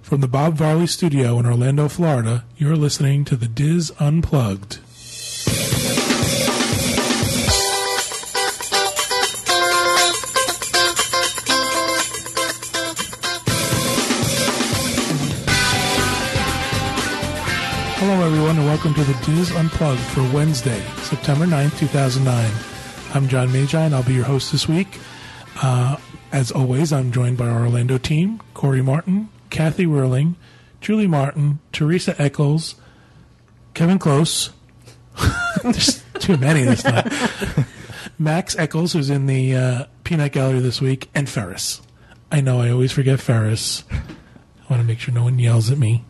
From the Bob Varley Studio in Orlando, Florida, you're listening to the Diz Unplugged. Hello, everyone, and welcome to the Diz Unplugged for Wednesday, September 9th, 2009. I'm John Magi, and I'll be your host this week. Uh, as always, I'm joined by our Orlando team Corey Martin, Kathy Whirling, Julie Martin, Teresa Eccles, Kevin Close. There's too many this time. Max Eccles, who's in the uh, Peanut Gallery this week, and Ferris. I know I always forget Ferris. I want to make sure no one yells at me.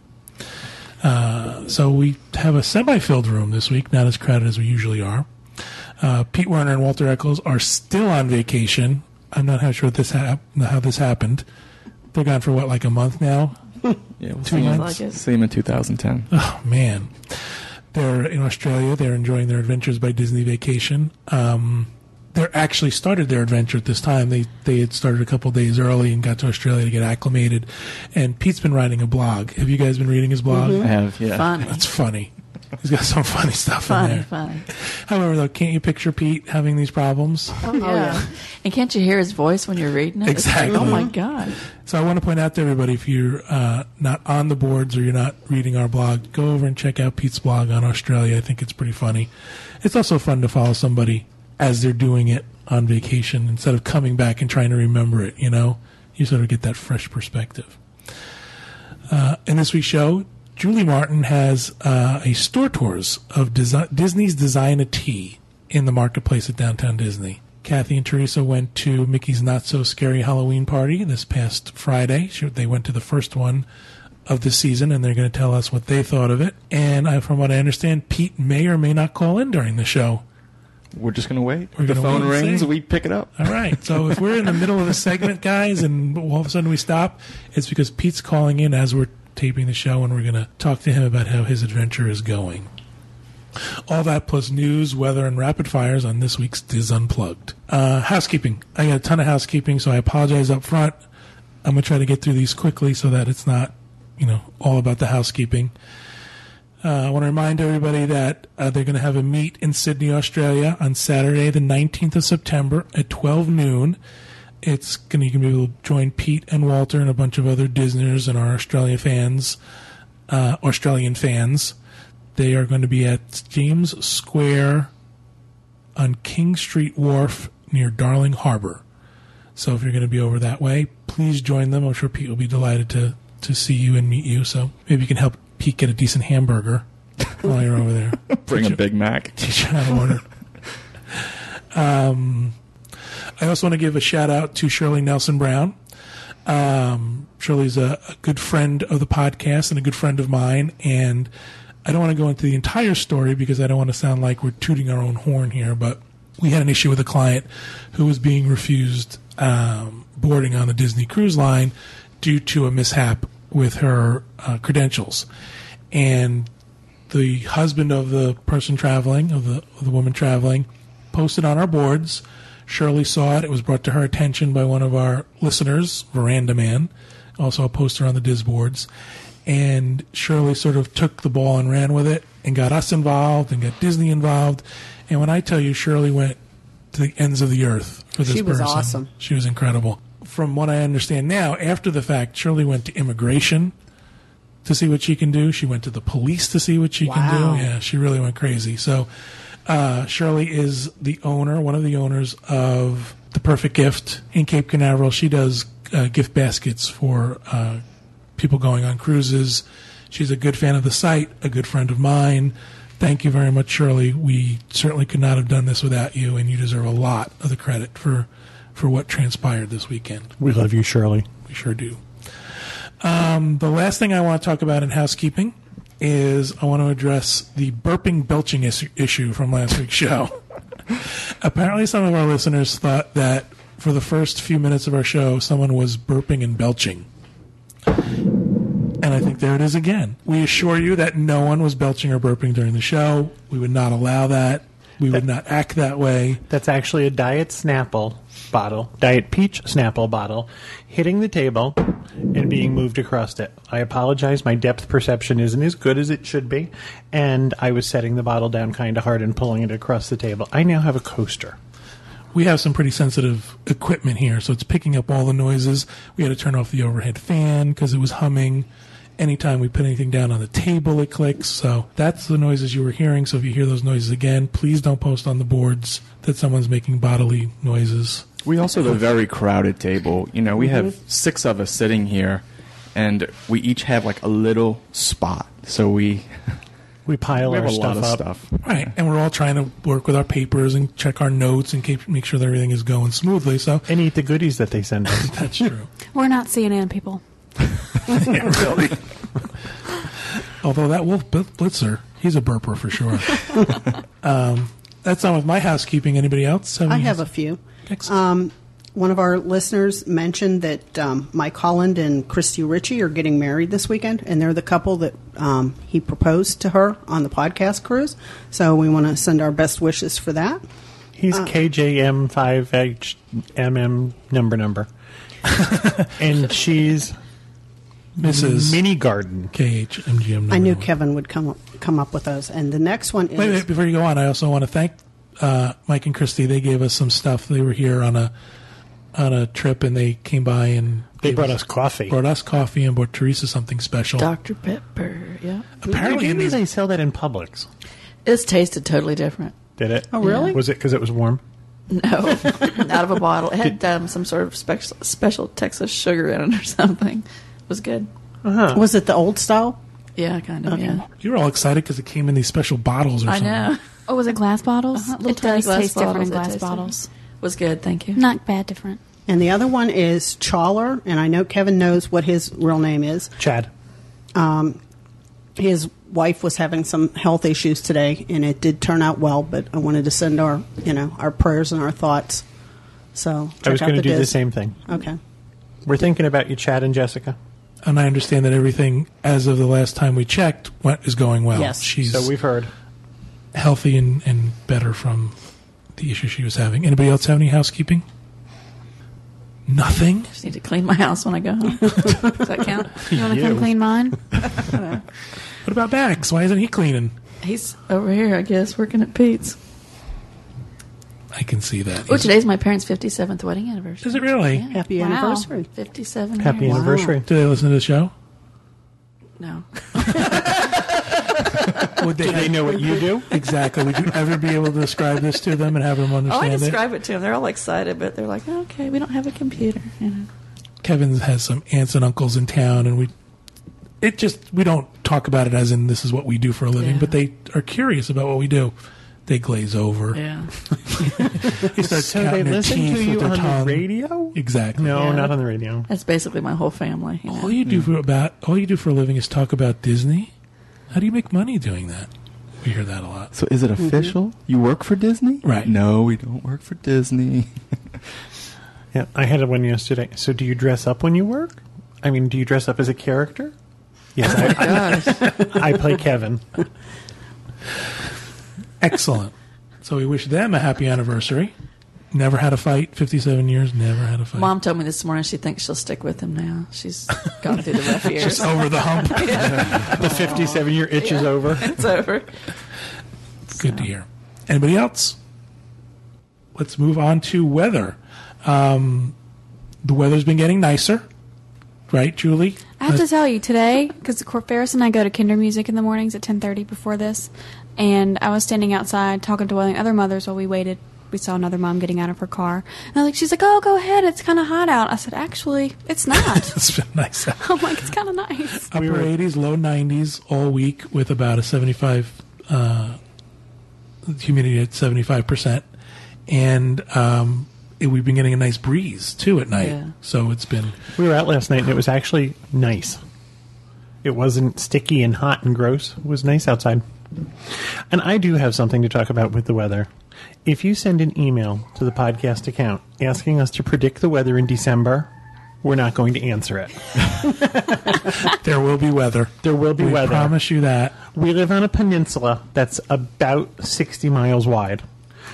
Uh, so we have a semi-filled room this week, not as crowded as we usually are. Uh, Pete Werner and Walter Eccles are still on vacation. I'm not how sure this hap- how this happened. They're gone for what, like a month now? Yeah, we'll Two see, him, months? see him in 2010. Oh man, they're in Australia. They're enjoying their adventures by Disney Vacation. Um, they're actually started their adventure at this time. They they had started a couple days early and got to Australia to get acclimated. And Pete's been writing a blog. Have you guys been reading his blog? Mm-hmm. I have, yeah. Funny. That's funny. He's got some funny stuff in Funny, there. funny. However, though, can't you picture Pete having these problems? Oh, yeah. And can't you hear his voice when you're reading it? It's like, Exactly. oh, my God. So I want to point out to everybody if you're uh, not on the boards or you're not reading our blog, go over and check out Pete's blog on Australia. I think it's pretty funny. It's also fun to follow somebody as they're doing it on vacation instead of coming back and trying to remember it, you know? You sort of get that fresh perspective. Uh, in this week's show, Julie Martin has uh, a store tours of desi- Disney's Design a Tea in the marketplace at Downtown Disney. Kathy and Teresa went to Mickey's Not So Scary Halloween party this past Friday. She- They went to the first one of the season, and they're going to tell us what they thought of it. And I, from what I understand, Pete may or may not call in during the show. We're just going to wait. We're the gonna phone wait and rings, see. Uh, we pick it up. All right. So if we're in the middle of a segment, guys, and all of a sudden we stop, it's because Pete's calling in as we're taping the show, and we're going to talk to him about how his adventure is going. All that plus news, weather, and rapid fires on this week's Diz Unplugged. Uh, housekeeping. I got a ton of housekeeping, so I apologize up front. I'm going to try to get through these quickly so that it's not, you know, all about the housekeeping. Uh, I want to remind everybody that uh, they're going to have a meet in Sydney, Australia on Saturday, the 19th of September at 12 noon. It's going to, you can be able to join Pete and Walter and a bunch of other Disneyers and our Australia fans, uh, Australian fans. They are going to be at James Square on King Street Wharf near Darling Harbor. So if you're going to be over that way, please join them. I'm sure Pete will be delighted to to see you and meet you. So maybe you can help Pete get a decent hamburger while you're over there. Bring a Big Mac. Teach you how to order. um, I also want to give a shout out to Shirley Nelson Brown. Um, Shirley's a, a good friend of the podcast and a good friend of mine. And I don't want to go into the entire story because I don't want to sound like we're tooting our own horn here, but we had an issue with a client who was being refused um, boarding on the Disney cruise line due to a mishap with her uh, credentials. And the husband of the person traveling, of the, of the woman traveling, posted on our boards. Shirley saw it. It was brought to her attention by one of our listeners, Veranda Man, also a poster on the Diz boards. And Shirley sort of took the ball and ran with it and got us involved and got Disney involved. And when I tell you, Shirley went to the ends of the earth for this She was person. awesome. She was incredible. From what I understand now, after the fact, Shirley went to immigration to see what she can do. She went to the police to see what she Wow. can do. Yeah, she really went crazy. So uh, Shirley is the owner, one of the owners of the Perfect Gift in Cape Canaveral. She does uh, gift baskets for uh, people going on cruises. She's a good fan of the site, a good friend of mine. Thank you very much, Shirley. We certainly could not have done this without you, and you deserve a lot of the credit for for what transpired this weekend. We love you, Shirley. We sure do. Um, the last thing I want to talk about in housekeeping is I want to address the burping belching is- issue from last week's show. Apparently, some of our listeners thought that for the first few minutes of our show, someone was burping and belching. And I think there it is again. We assure you that no one was belching or burping during the show. We would not allow that. We would not act that way. That's actually a Diet Snapple bottle, Diet Peach Snapple bottle, hitting the table and being moved across it. I apologize. My depth perception isn't as good as it should be, and I was setting the bottle down kind of hard and pulling it across the table. I now have a coaster. We have some pretty sensitive equipment here, so it's picking up all the noises. We had to turn off the overhead fan because it was humming. Anytime we put anything down on the table, it clicks. So that's the noises you were hearing. So if you hear those noises again, please don't post on the boards that someone's making bodily noises. We also have a very crowded table. You know, we have Mm-hmm. six of us sitting here, and we each have like a little spot. So we, We pile we have our a stuff lot of up. stuff. Right, and we're all trying to work with our papers and check our notes and keep, make sure that everything is going smoothly. So and eat the goodies that they send us. that's true. We're not CNN people. Although that Wolf Bl- Blitzer, he's a burper for sure. um, that's not with my housekeeping. Anybody else? I have a few. Mm-hmm. Excellent. Um, one of our listeners mentioned that um, Mike Holland and Christy Ritchie are getting married this weekend, and they're the couple that um, he proposed to her on the podcast cruise. So we want to send our best wishes for that. He's KJM5HMM number number. and she's Mrs. Mini Garden. KHMGM. I knew number one. Kevin would come up, come up with those. And the next one is Mm-hmm. Wait, wait, before you go on, I also want to thank uh, Mike and Christy. They gave us some stuff. They were here on a on a trip, and they came by and They gave brought us coffee. brought us coffee and brought Teresa something special. Dr. Pepper. Yeah. Apparently, in maybe these they sell that in Publix. It's tasted totally different. Did it? Oh, really? Was it because it was warm? No, out of a bottle. It had um, some sort of special, special Texas sugar in it or something. It was good. was it the old style? Yeah, kind of. Yeah. you were all excited because it came in these special bottles or I something. know. Oh, was it glass bottles? Uh-huh, little It tiny does glass taste different bottles, in it glass tastes bottles. Was good. Thank you. Not bad different. And the other one is Chawler, and I know Kevin knows what his real name is. Chad. his wife was having some health issues today, and it did turn out well. But I wanted to send our, you know, our prayers and our thoughts. So check I was out going to the do the disc. same thing. Okay, We're thinking about you, Chad and Jessica. And I understand that everything, as of the last time we checked, went, is going well. Yes. She's So we've heard. healthy and, and better from the issue she was having. Anybody else have any housekeeping? Nothing? Just need to clean my house when I go home. Does that count? You want to come clean mine? What about Max? Why isn't he cleaning? He's over here, I guess, working at Pete's. I can see that. Oh, today's my parents' 57th wedding anniversary. Is it really? happy Wow. anniversary! 57 Happy years. anniversary. Do they listen to the show? No. Would Do they know what you do? Exactly. Would you ever be able to describe this to them and have them Oh, I understand it? describe it to them. They're all excited, but they're like, okay, we don't have a computer. You know. Kevin has some aunts and uncles in town, and we it just we don't talk about it as in this is what we do for a living, Yeah. but they are curious about what we do. They glaze over. Yeah. They start So they counting their listen teeth to with you their on tongue. the radio? Exactly. No, Yeah. not on the radio. That's basically my whole family. you know. All you do for about all you do for a living is talk about Disney. How do you make money doing that? We hear that a lot. So is it official? You work for Disney? Right. No, we don't work for Disney. Yeah, I had one yesterday. So, do you dress up when you work? I mean, do you dress up as a character? Yes, I, I play Kevin. Excellent. so we wish them a happy anniversary. Never had a fight. Fifty-seven years. Never had a fight. Mom told me this morning she thinks she'll stick with him now. She's gone through the rough years. Just over the hump. The 57 year itch is over. it's over. Good to hear. Anybody else? Let's move on to weather. Um, the weather's been getting nicer, right, Julie? I have to tell you today, because Ferris and I go to Kinder Music in the mornings at ten thirty before this, and I was standing outside talking to one of the other mothers while we waited. We saw another mom getting out of her car, and I was like, "She's like, oh, go ahead, it's kind of hot out." I said, "Actually, it's not." It's been nice. I'm like, "It's kind of nice." Upper 80s, low 90s all week with about a 75 uh, humidity at 75 percent, and um, it- we've been getting a nice breeze too at night. Yeah. So it's been We were out last night and it was actually nice. It wasn't sticky and hot and gross. It was nice outside. And I do have something to talk about with the weather. If you send an email to the podcast account asking us to predict the weather in December, we're not going to answer it. there will be weather. There will be we weather. promise you that. We live on a peninsula that's about 60 miles wide.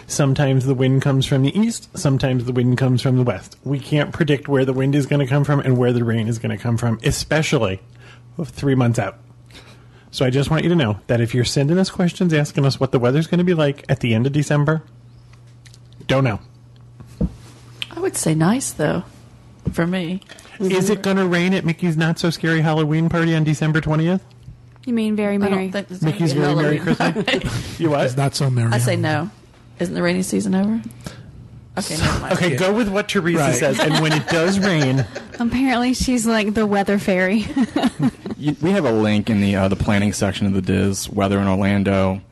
Sometimes the wind comes from the east, sometimes the wind comes from the west. We can't predict where the wind is going to come from and where the rain is going to come from, especially three months out. So I just want you to know that if you're sending us questions asking us what the weather's going to be like at the end of December, don't know. I would say nice though, for me. Mm-hmm. Is it going to rain at Mickey's Not So Scary Halloween party on December 20th? You mean very I merry? don't think there's gonna Mickey's be a very Merry Halloween. You It's what? not so merry. I say no. Isn't the rainy season over? Okay, never mind. Okay, go with what Teresa Right. says. And when it does rain, Apparently, she's like the weather fairy. You- We have a link in the uh, the planning section of the Diz weather in Orlando.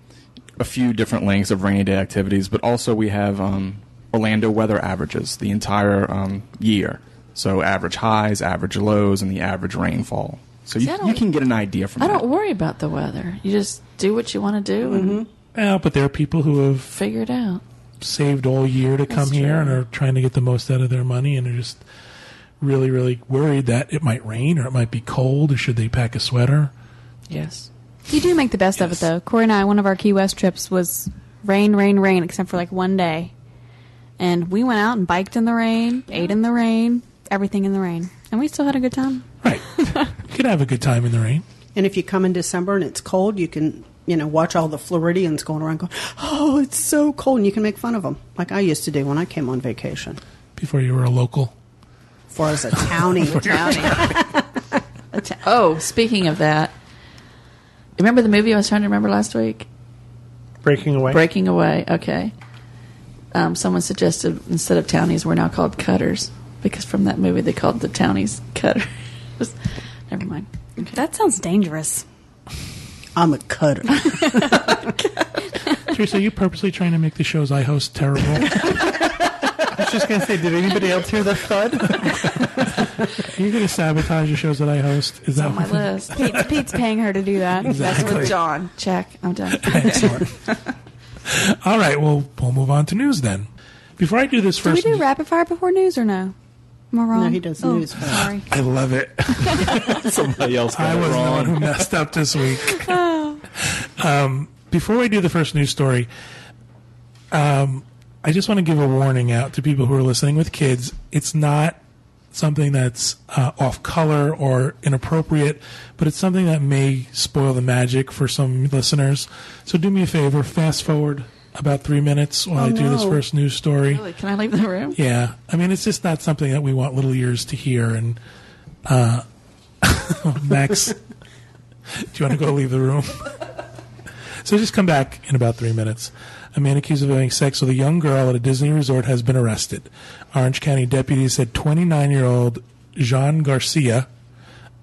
A few different links of rainy day activities, but also we have um, Orlando weather averages the entire um, year. So average highs, average lows, and the average rainfall. So See, you, I don't- you can get an idea from I that. don't worry about the weather. You just do what you want to do and Mm-hmm. Yeah, but there are people who have figure it out. saved all year to come here true. and are trying to get the most out of their money and are just really, really worried that it might rain or it might be cold or should they pack a sweater? Yes. you do make the best of Yes. it, though. Corey and I, one of our Key West trips was rain, rain, rain, except for like one day. And we went out and biked in the rain, ate in the rain, everything in the rain. And we still had a good time. Right. you could have a good time in the rain. And if you come in December and it's cold, you can, you know, watch all the Floridians going around going, oh, it's so cold. And you can make fun of them, like I used to do when I came on vacation. Before you were a local. As far as a townie. Drowning. oh, speaking of that, remember the movie I was trying to remember last week? breaking away. Breaking Away. Okay. Um, someone suggested instead of townies, we're now called cutters because from that movie they called the townies cutters. Never mind. Okay. That sounds dangerous. I'm a cutter. Teresa, are you purposely trying to make the shows I host terrible? I was just going to say, did anybody else hear the thud? You're going to sabotage the shows that I host. Is that On my what- list. Pete's, Pete's paying her to do that. That's with John. Check. I'm done. All right, well, we'll move on to news then. Before I do this Do we first, do rapid fire before news or no? Am I wrong? No, he does oh, news first. Sorry. I love it. Somebody else got I it was the wrong. Oh. one who messed up this week. um, before we do the first news story, um, I just want to give a warning out to people who are listening with kids. It's not something that's uh, off color or inappropriate, but it's something that may spoil the magic for some listeners. So do me a favor, fast forward about three minutes Oh, while I do this no. first news story. Really, Can I leave the room? Yeah, I mean, it's just not something that we want little ears to hear. And uh, Max, do you want to go leave the room? so just come back in about three minutes. A man accused of having sex with a young girl at a Disney resort has been arrested. Orange County deputies said 29-year-old Jean Garcia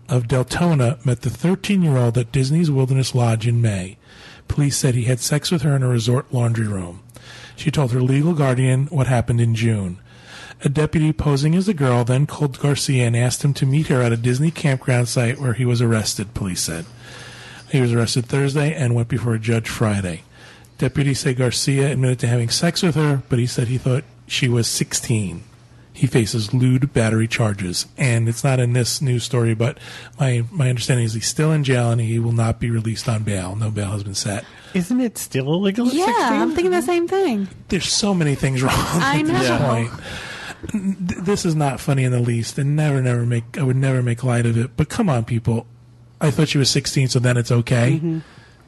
of Deltona met the 13-year-old at Disney's Wilderness Lodge in May. Police said he had sex with her in a resort laundry room. She told her legal guardian what happened in June. A deputy posing as the girl then called Garcia and asked him to meet her at a Disney campground site where he was arrested, police said. He was arrested Thursday and went before a judge Friday. Deputies say Garcia admitted to having sex with her, but he said he thought she was 16. He faces lewd battery charges, and it's not in this news story, but my, my understanding is he's still in jail and he will not be released on bail. No bail has been set. Isn't it still illegal at Yeah, 16? I'm thinking the same thing. There's so many things wrong I at this know. point. Th- This is not funny in the least, and never, never make. I would never make light of it. But come on, people. I thought she was 16, so then it's okay. Mm-hmm.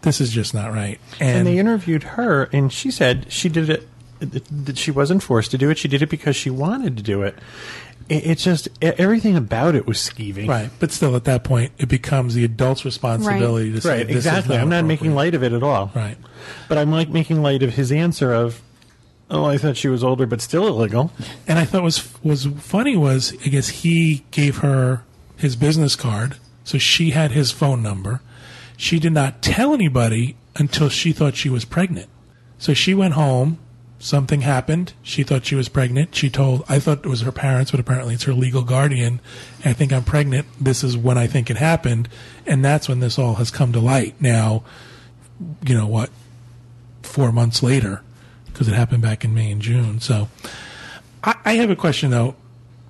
This is just not right. And And, they interviewed her, and she said she did it. That she wasn't forced to do it. She did it because she wanted to do it. It, it's just e- everything about it was skeevy. right, but still, at that point, it becomes the adult's responsibility to say Right. this is Exactly. I'm not making appropriate. light of it at all. Right. But I'm like making light of his answer of, "Oh, I thought she was older, but still illegal." And I thought was was funny was I guess he gave her his business card, so she had his phone number. She did not tell anybody until she thought she was pregnant. So she went home. Something happened. She thought she was pregnant. She told I thought it was her parents, but apparently it's her legal guardian. I think I'm pregnant. This is when I think it happened, and that's when this all has come to light. Now, you know what? Four months later, because it happened back in May and June. So. I, I have a question though,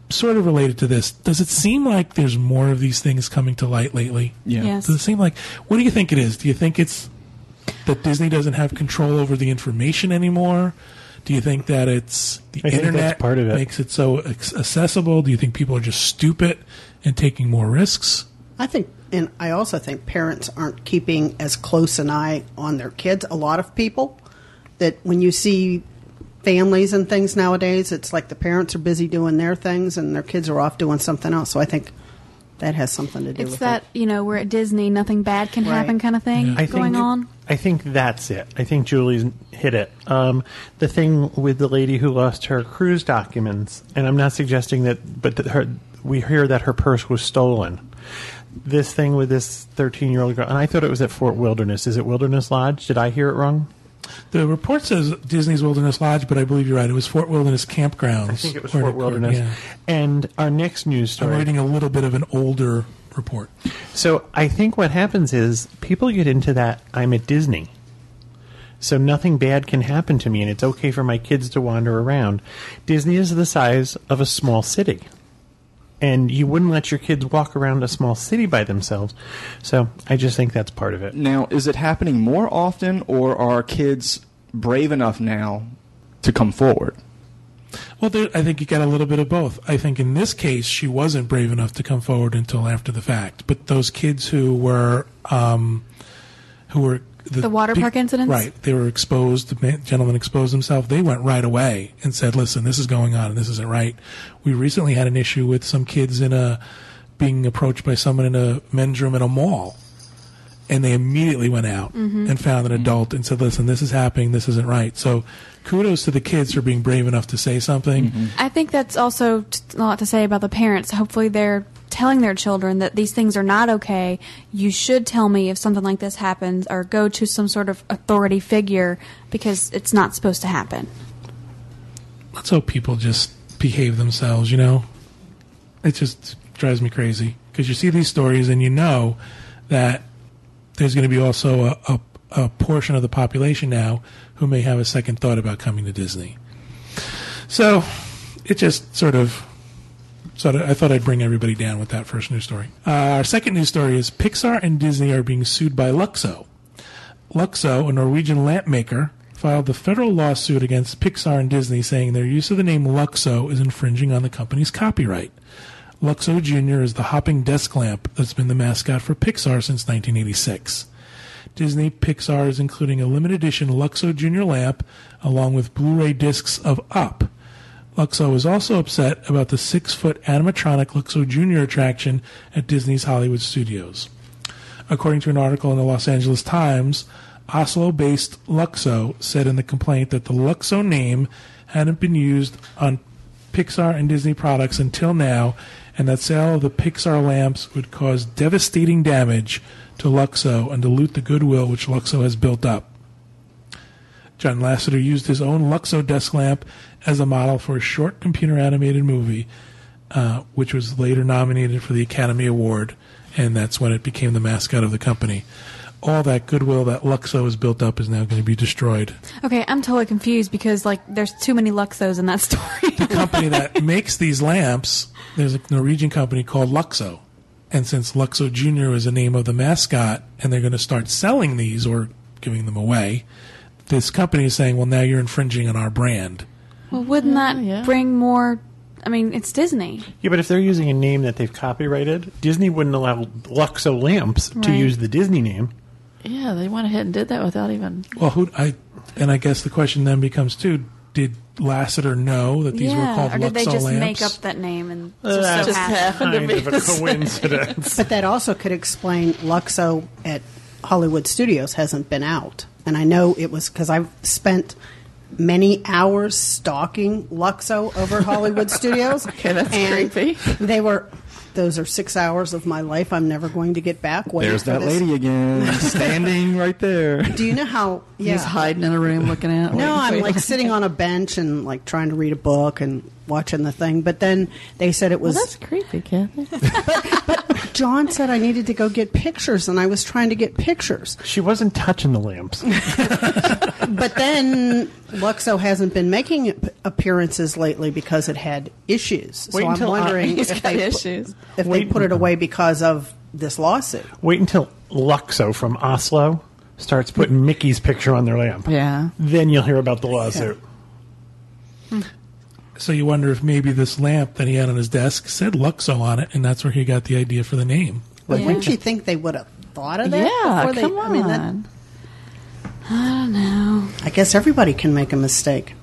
sort of related to this. Does it seem like there's more of these things coming to light lately? Yeah. Yes. Does it seem like what do you think it is? Do you think it's that Disney doesn't have control over the information anymore? Do you think that it's the I think that's internet part of it. makes it so ac- accessible? Do you think people are just stupid and taking more risks? I think, and I also think parents aren't keeping as close an eye on their kids. A lot of people that when you see families and things nowadays, it's like the parents are busy doing their things and their kids are off doing something else. So I think that has something to do It's with that, it. you know, we're at Disney, nothing bad can Right. happen kind of thing I going think, on. I think that's it. I think Julie's hit it. Um, the thing with the lady who lost her cruise documents, and I'm not suggesting that, but that her, we hear that her purse was stolen. This thing with this 13 year old girl, and I thought it was at Fort Wilderness. Is it Wilderness Lodge? Did I hear it wrong? The report says Disney's Wilderness Lodge, but I believe you're right. It was Fort Wilderness Campgrounds. I think it was Or- Fort Wilderness. yeah. And our next news I'm story. reading a little bit of an older report. So I think what happens is people get into that I'm at Disney. So nothing bad can happen to me and it's okay for my kids to wander around. Disney is the size of a small city. And you wouldn't let your kids walk around a small city by themselves. So I just think that's part of it. Now, is it happening more often, or are kids brave enough now to come forward? Well, there, I think you got a little bit of both. I think in this case, she wasn't brave enough to come forward until after the fact. But those kids who were, um, who were The water pe- park incidents? right? They were exposed. The man- gentleman exposed himself. They went right away and said, "Listen, this is going on, and this isn't right." We recently had an issue with some kids in a being approached by someone in a men's room in a mall, and they immediately went out Mm-hmm. and found an adult and said, "Listen, this is happening. This isn't right." So. Kudos to the kids for being brave enough to say something. I think that's also t- a lot to say about the parents. Hopefully, they're telling their children that these things are not okay. You should tell me if something like this happens, or go to some sort of authority figure because it's not supposed to happen. let's hope people just behave themselves, you know? It just drives me crazy because you see these stories and you know that there's going to be also a, a, a portion of the population now who may have a second thought about coming to Disney. So it just sort of. So I thought I'd bring everybody down with that first news story. Uh, our second news story is Pixar and Disney are being sued by Luxo. Luxo, a Norwegian lamp maker, filed the federal lawsuit against Pixar and Disney saying their use of the name Luxo is infringing on the company's copyright. Luxo Jr. is the hopping desk lamp that's been the mascot for Pixar since 1986. Disney Pixar is including a limited edition Luxo Jr. lamp along with Blu ray discs of Up. Luxo is also upset about the six foot animatronic Luxo Jr. attraction at Disney's Hollywood studios. According to an article in the Los Angeles Times, Oslo based Luxo said in the complaint that the Luxo name hadn't been used on Pixar and Disney products until now, and that sale of the Pixar lamps would cause devastating damage to Luxo and dilute the goodwill which Luxo has built up. John Lasseter used his own Luxo desk lamp as a model for a short computer animated movie, uh, which was later nominated for the Academy Award, and that's when it became the mascot of the company. All that goodwill that Luxo has built up is now going to be destroyed. Okay, I'm totally confused because like there's too many Luxos in that The story. company that makes these lamps, there's a Norwegian company called Luxo. And since Luxo Jr. is the name of the mascot, and they're going to start selling these or giving them away, this company is saying, well, now you're infringing on our brand. well, wouldn't that yeah. bring more? I mean, it's Disney. Yeah, but if they're using a name that they've copyrighted, Disney wouldn't allow Luxo Lamps to Right. use the Disney name. Yeah, they went ahead and did that without even. Well, who I and I guess the question then becomes too: Did Lasseter know that these were yeah, called or did Luxo they just lamps? make up that name and Uh, just so Just happen? happened to Kind be of a the same. coincidence. But that also could explain Luxo at Hollywood Studios hasn't been out. And I know it was because I've spent many hours stalking Luxo over Hollywood Studios. Okay, that's and creepy. They were, those are six hours of my life I'm never going to get back. waiting There's for that this. lady again, standing right there. Do you know how? Yeah. He's hiding in a room looking out. No, waiting for I'm you. like sitting on a bench and like trying to read a book and watching the thing. But then they said it Well, was. that's creepy, Kathy. John said I needed to go get pictures, and I was trying to get pictures. She wasn't touching the lamps. But then Luxo hasn't been making ap- appearances lately because it had issues. Wait so I'm until I- wondering He's if, got they, pu- issues. if they Wait- put it away because of this lawsuit. Wait until Luxo from Oslo starts putting Mickey's picture on their lamp. Yeah. Then you'll hear about the lawsuit. So you wonder if maybe this lamp that he had on his desk said Luxo on it, and that's where he got the idea for the name. Like, Yeah. wouldn't you think they would have thought of that? yeah, before they, come on. I mean, that, I guess everybody can make a mistake.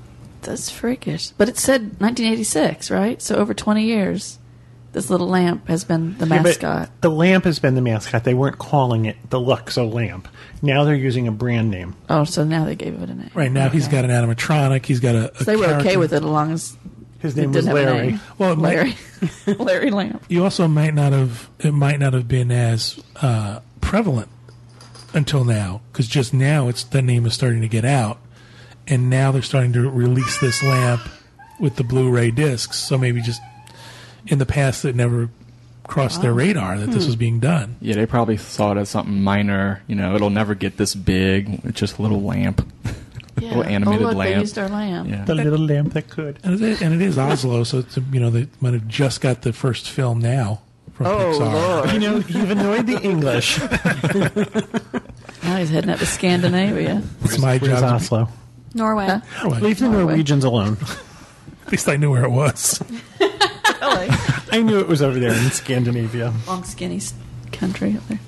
That's freakish. But it said 1986, right? So over 20 years, this little lamp has been the Yeah, but mascot. the lamp has been the mascot. They weren't calling it the Luxo lamp. Now they're using a brand name. oh, so now they gave it a name. Right now, he's Okay. got an animatronic. He's got a. a So they were okay character. with it as long as His it name was didn't have a Larry. name. Well, it might- Larry, Larry Lamp. You also might not have. It might not have been as uh, prevalent until now, because just now it's the name is starting to get out, and now they're starting to release this lamp with the Blu-ray discs. So maybe just in the past, it never crossed their radar that this was being done. Yeah, they probably saw it as something minor. You know, it'll never get this big. It's just a little lamp, little animated oh, look, lamp. They used our lamp. yeah. The little lamp that could. And it, and it is Oslo, so it's, you know they might have just got the first film now from Oh, Pixar. You know, you've annoyed the English. Now he's heading up to Scandinavia. It's my job. Where's to Oslo? Norway. Huh? be- Anyway, Leave the Norway. Norwegians alone. at least I knew where it was. Really? I knew it was over there in Scandinavia. Long, skinny s- country up there.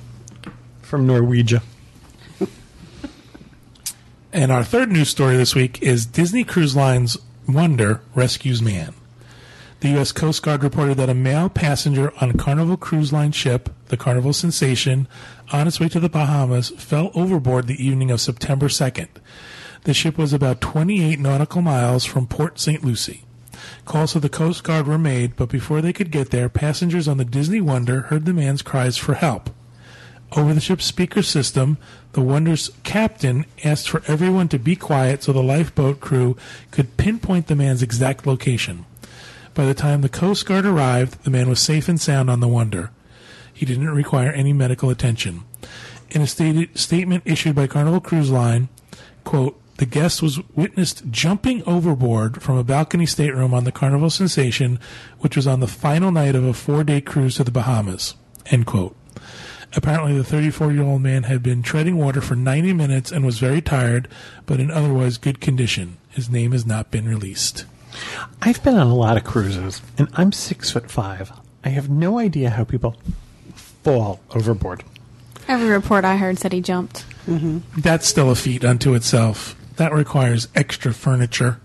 From Norwegia. And our third news story this week is Disney Cruise Line's Wonder rescues man. The U.S. Coast Guard reported that a male passenger on Carnival Cruise Line ship, the Carnival Sensation, on its way to the Bahamas, fell overboard the evening of September 2nd. The ship was about 28 nautical miles from Port St. Lucie. Calls to the Coast Guard were made, but before they could get there, passengers on the Disney Wonder heard the man's cries for help. Over the ship's speaker system, the Wonder's captain asked for everyone to be quiet so the lifeboat crew could pinpoint the man's exact location. By the time the Coast Guard arrived, the man was safe and sound on the Wonder. He didn't require any medical attention. In a stated statement issued by Carnival Cruise Line, quote, the guest was witnessed jumping overboard from a balcony stateroom on the Carnival Sensation, which was on the final night of a four day cruise to the Bahamas. End quote. Apparently, the 34 year old man had been treading water for 90 minutes and was very tired, but in otherwise good condition. His name has not been released. I've been on a lot of cruises, and I'm six foot five. I have no idea how people fall overboard. Every report I heard said he jumped. That's still a feat unto itself. That requires extra furniture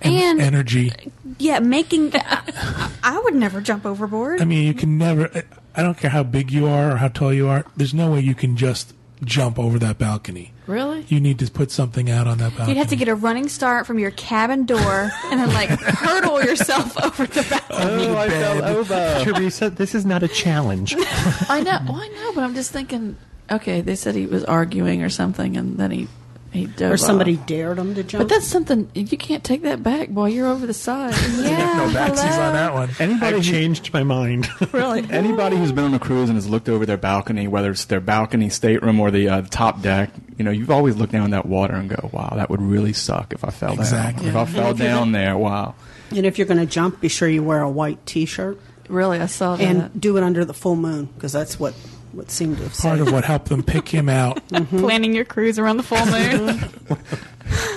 and, And- energy. Yeah, making. I, I would never jump overboard. I mean, you can never, I- I don't care how big you are or how tall you are, there's no way you can just jump over that balcony. Really? You need to put something out on that balcony. You'd have to get a running start from your cabin door and then like hurdle yourself over the balcony. Oh, I fell over. Teresa, this is not a challenge. I know. Well, I know, but I'm just thinking. Okay, they said he was arguing or something, and then he he dove Or somebody off. dared them to jump. But that's something you can't take that back, boy. You're over the side. Yeah, no backsies on hello. that one. Anybody changed my mind. really. Anybody who's been on a cruise and has looked over their balcony, whether it's their balcony stateroom or the uh, top deck, you know, you've always looked down at that water and go, "Wow, that would really suck if I fell Exactly. down. If I fell down there, wow." and if you're going to jump, be sure you wear a white T-shirt Really, I saw that. and do it under the full moon because that's what what seemed to have Part said. of what helped them pick him out. Planning your cruise around the full moon.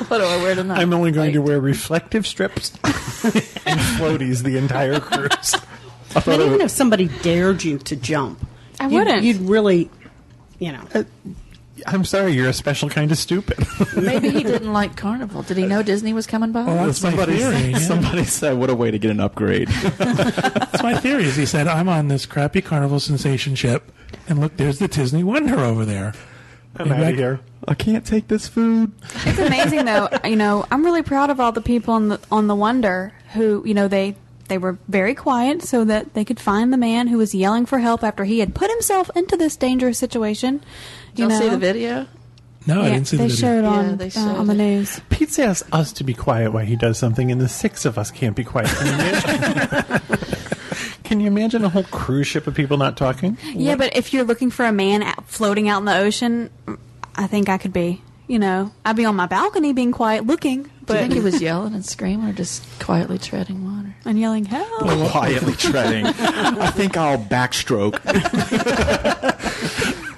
what do I wear tonight? I'm only going to Like, wear reflective strips and floaties the entire cruise. But even if somebody dared you to jump, I you'd- wouldn't. You'd really, you know, I'm sorry, you're a special kind of stupid. Maybe he didn't like Carnival. Did he know Disney was coming by? Well, that's my somebody, theory. yeah. somebody said, "What a way to get an upgrade." That's my theory. Is he said, "I'm on this crappy Carnival sensation ship, and look, there's the Disney Wonder over there." I'm out of here. I can't take this food. It's amazing though. You know, I'm really proud of all the people on the on the Wonder who, you know, they they were very quiet so that they could find the man who was yelling for help after he had put himself into this dangerous situation. Did You you know, see the video? No, I Yeah, didn't see the they video. showed on Yeah, they uh, showed on the it. news. Pete's asked us to be quiet while he does something, and the six of us can't be quiet. Can you imagine- Can you imagine a whole cruise ship of people not talking? Yeah, but if you're looking for a man out, floating out in the ocean, I think I could be. You know, I'd be on my balcony being quiet, looking, Do you but think he was yelling and screaming, or just quietly treading water? and yelling help. Quietly treading. I think I'll backstroke.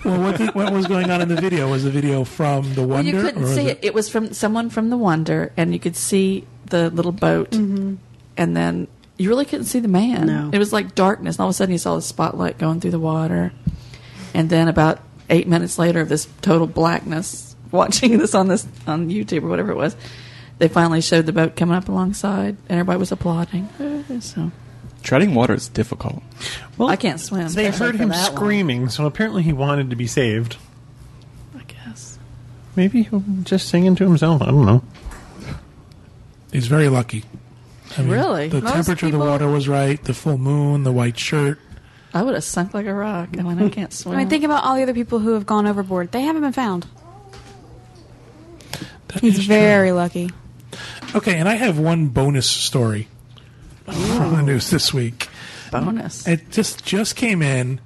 Well, what, did, what was going on in the video? Was the video from the Well, Wonder? you or couldn't was see it. It was from someone from the Wonder, and you could see the little boat and then you really couldn't see the man. No. It was like darkness, and all of a sudden you saw the spotlight going through the water. And then about eight minutes later of this total blackness, watching this on this on YouTube or whatever it was, they finally showed the boat coming up alongside, and everybody was applauding. So Treading water is difficult. Well, I can't swim, They especially heard for him that one. screaming, so apparently he wanted to be saved. I guess Maybe he'll just singing to himself. I don't know. He's very lucky. I mean, Really? The Most temperature of the people- water was right, the full moon, the white shirt. I would have sunk like a rock. I mean, I can't swim. I mean, think about all the other people who have gone overboard. They haven't been found. That He's is true. very lucky. Okay, and I have one bonus story from the news this week. bonus. It just just came in.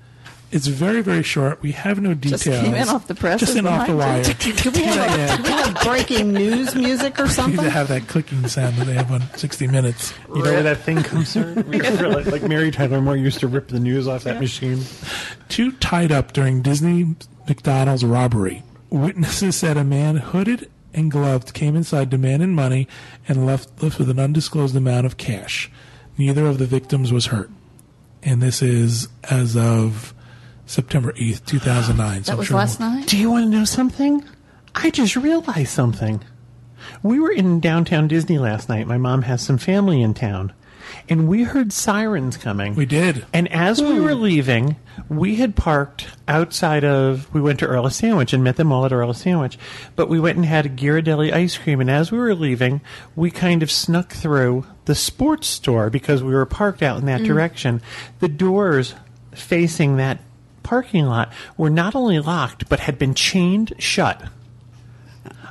It's very very short. We have no details. Just came in off the press. Just in off the wire. Can we have a- yeah, Do you have breaking news music or need to something? have that clicking sound that they have on 60 Minutes. You know where that thing comes from? We were like, like Mary Tyler Moore used to rip the news off that machine. Two tied up during Disney McDonald's robbery. Witnesses said a man hooded and gloved came inside demanding money and left left with an undisclosed amount of cash. Neither of the victims was hurt. And this is as of September 8th, 2009. So That I'm was sure last we'll- night. Do you want to know something? I just realized something. We were in downtown Disney last night. My mom has some family in town. And we heard sirens coming. We did. And as we were leaving, we had parked outside of. We went to Earl of Sandwich and met them all at Earl of Sandwich. But we went and had a Ghirardelli ice cream. And as we were leaving, we kind of snuck through the sports store because we were parked out in that direction. The doors facing that parking lot were not only locked, but had been chained shut.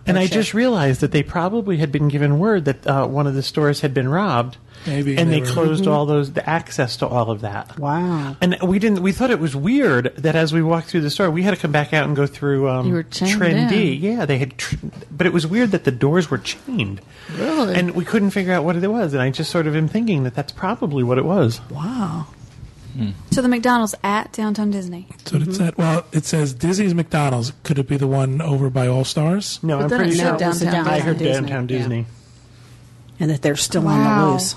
And I just realized that they probably had been given word that uh, one of the stores had been robbed, Maybe and they they, were- closed all those the access to all of that. Wow. And we didn't. We thought it was weird that as we walked through the store, we had to come back out and go through. Um, You were chained trendy. in. Yeah, they had. Tr- but it was weird that the doors were chained. Really? And we couldn't figure out what it was. And I just sort of am thinking that that's probably what it was. Wow. So the McDonald's at downtown Disney. So Mm-hmm. it said, well, it says Disney's McDonald's. Could it be the one over by All Stars? No, But I'm then pretty it sure. said No, it was downtown I heard Disney. downtown Yeah. Disney. And that they're still on the Wow. loose.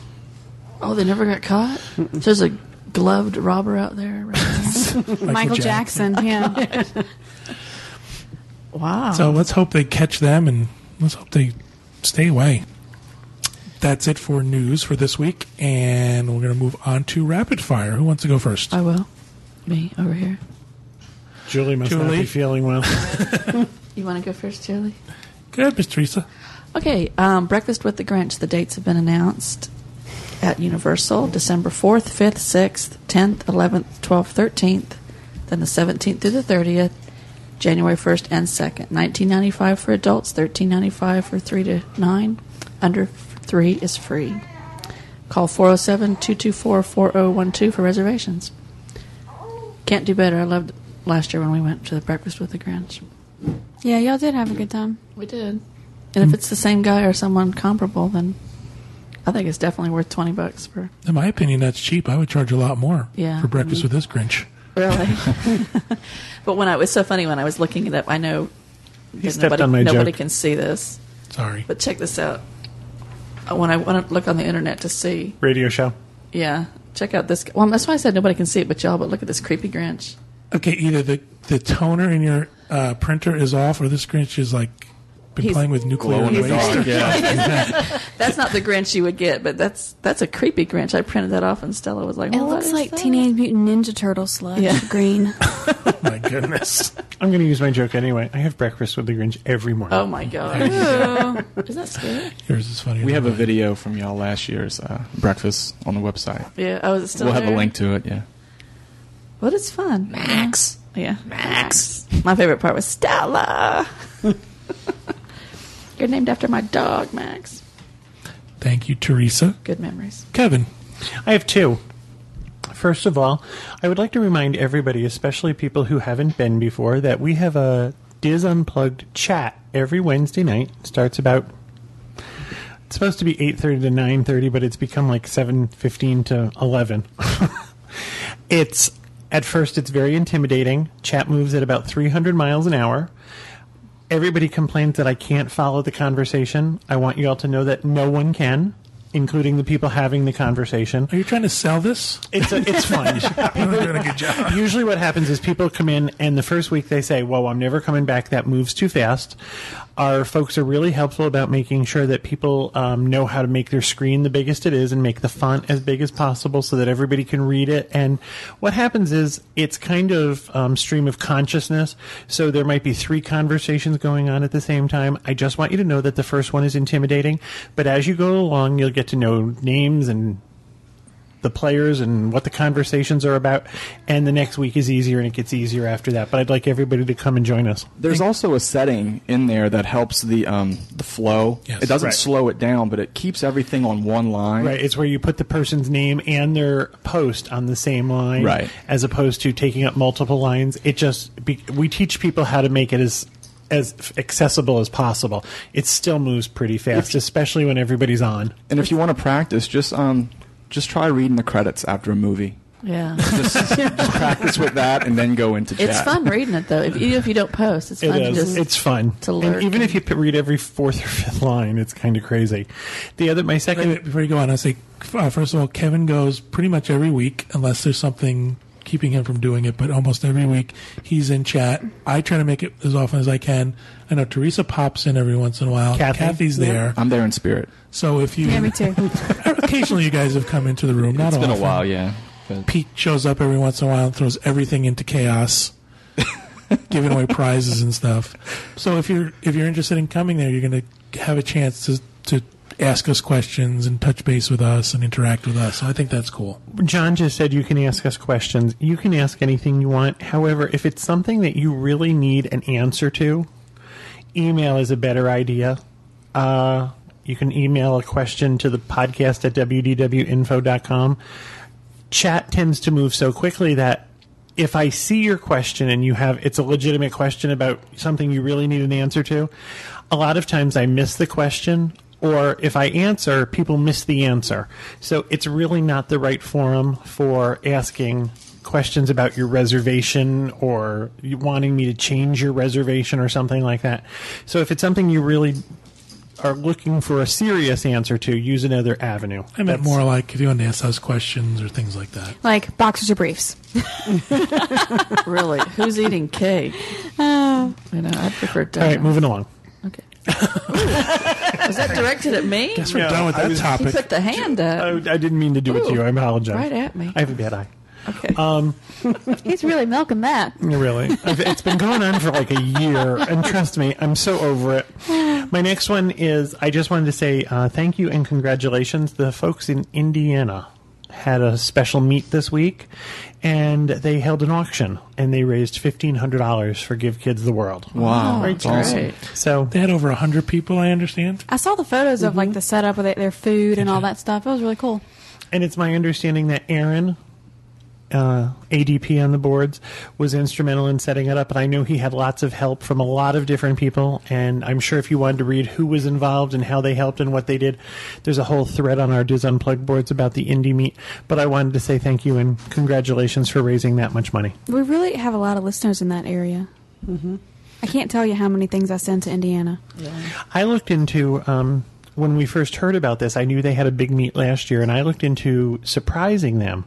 Oh, they never got caught. There's a gloved robber out there. Right now. Michael Jackson. Yeah. wow. So let's hope they catch them and let's hope they stay away. That's it for news for this week, and we're going to move on to rapid fire. Who wants to go first? I will. Me over here. Julie must not be Julie? feeling well. You want to go first, Julie? Good, Miss Teresa. Okay, um, Breakfast with the Grinch. The dates have been announced at Universal December 4th, 5th, 6th, 10th, 11th, 12th, 13th, then the 17th through the 30th, January 1st and 2nd. 19.95 for adults, 13.95 for 3 to 9. Under f- 3 is free. Call 407-224-4012 for reservations. Can't do better. I loved last year when we went to the Breakfast with the Grinch. yeah, y'all did have a good time. We did. And if it's the same guy or someone comparable, then I think it's definitely worth twenty bucks for. In my opinion, that's cheap. I would charge a lot more Yeah. for breakfast with this Grinch. Really. but when I was so funny when I was looking it up, I know that stepped nobody, on my nobody joke. can see this. Sorry. But check this out. Uh, When I want to look on the internet to see, Radio show. yeah, check out this. Well, that's why I said nobody can see it, but y'all. But look at this creepy Grinch. Okay, either the, the toner in your uh, printer is off, or this Grinch is like been He's- playing with nuclear Glow in the waste. dark, yeah. That's not the Grinch you would get, but that's that's a creepy Grinch. I printed that off, and Stella was like, It "What looks is like that?" Teenage Mutant Ninja Turtle sludge. Yeah. Green. My goodness. I'm going to use my joke anyway. I have breakfast with the Grinch every morning. Oh my god, Ew. is that scary? Yours is funny. We have a video from y'all last year's uh, breakfast on the website. Yeah, oh, is it still We'll have a there? link to it. Yeah. But it's fun. Max. Yeah. Max. My favorite part was Stella. You're named after my dog, Max. Thank you, Teresa. Good memories. Kevin. I have two. First of all, I would like to remind everybody, especially people who haven't been before, that we have a Diz Unplugged chat every Wednesday night. It starts about it's supposed to be 8:30 to 9:30, but it's become like 7:15 to 11. it's at first it's very intimidating. Chat moves at about 300 miles an hour. Everybody complains that I can't follow the conversation. I want you all to know that no one can. including the people having the conversation. Are you trying to sell this? It's a, it's fun. You're doing a good job. Usually, what happens is people come in, and the first week they say, "Whoa, I'm never coming back. That moves too fast." Our folks are really helpful about making sure that people um, know how to make their screen the biggest it is and make the font as big as possible so that everybody can read it. And what happens is it's kind of um, stream of consciousness. So there might be three conversations going on at the same time. I just want you to know that the first one is intimidating, but as you go along, you'll get to know names and the players and what the conversations are about. And the next week is easier and it gets easier after that. But I'd like everybody to come and join us. There's also a setting in there that helps the um, the flow. Yes. it doesn't Right. slow it down, but it keeps everything on one line. Right, it's where you put the person's name and their post on the same line, Right. As opposed to taking up multiple lines, it just be, we teach people how to make it as as accessible as possible. It still moves pretty fast, especially when everybody's on. And if you want to practice, just um, just try reading the credits after a movie. Yeah. Just, just practice with that, and then go into chat. It's fun reading it though. If, even if you don't post, it's It fun is. to just. it's fun. to And lurk even if and- you p- read every fourth or fifth line, it's kind of crazy. The other, my Wait, second, wait, Before you go on, I say uh, first of all, Kevin goes pretty much every week unless there's something keeping him from doing it. But almost every week he's in chat. I try to make it as often as I can. I know Teresa pops in every once in a while. Kathy? Kathy's there, I'm there in spirit. so if you Yeah, me too. occasionally you guys have come into the room. Not it's been Oh, often. a while, yeah. But- Pete shows up every once in a while and throws everything into chaos, giving away prizes and stuff. So if you're if you're interested in coming there, you're going to have a chance to to ask us questions and touch base with us and interact with us. So I think that's cool. John just said you can ask us questions. You can ask anything you want. However, if it's something that you really need an answer to, email is a better idea. Uh, you can email a question to the podcast at wdwinfo.com. Chat tends to move so quickly that if I see your question and you have it's a legitimate question about something you really need an answer to, a lot of times I miss the question or if I answer, people miss the answer. So it's really not the right forum for asking questions about your reservation or you wanting me to change your reservation or something like that. So if it's something you really are looking for a serious answer to, use another avenue. I meant That's- more like if you want to ask us questions or things like that. like boxers or briefs. really, who's eating cake? you know, I prefer All right, dinner. moving along. Okay. Was that directed at me? Guess we're Yeah, done with I that was- He topic. put the hand I, up. Oh, I didn't mean to do it to Ooh, you. I apologize. right at me. I have a bad eye. Okay. Um, He's really milking that. Really? I've- it's been going on for like a year, and trust me, I'm so over it. My next one is I just wanted to say uh, thank you and congratulations. The folks in Indiana had a special meet this week, and they held an auction, and they raised $1,500 for Give Kids the World. wow, Oh, Great. that's awesome. So, they had over hundred people, I understand. I saw the photos of Mm-hmm. like the setup with their food and all that stuff. It was really cool. and it's my understanding that Aaron. Uh, ADP on the boards was instrumental in setting it up, and I know he had lots of help from a lot of different people. And I'm sure if you wanted to read who was involved and how they helped and what they did, there's a whole thread on our Diz Unplugged boards about the indie meet. But I wanted to say thank you and congratulations for raising that much money. We really have a lot of listeners in that area. Mm-hmm. I can't tell you how many things I send to Indiana. I looked into um, when we first heard about this. I knew they had a big meet last year, and I looked into surprising them.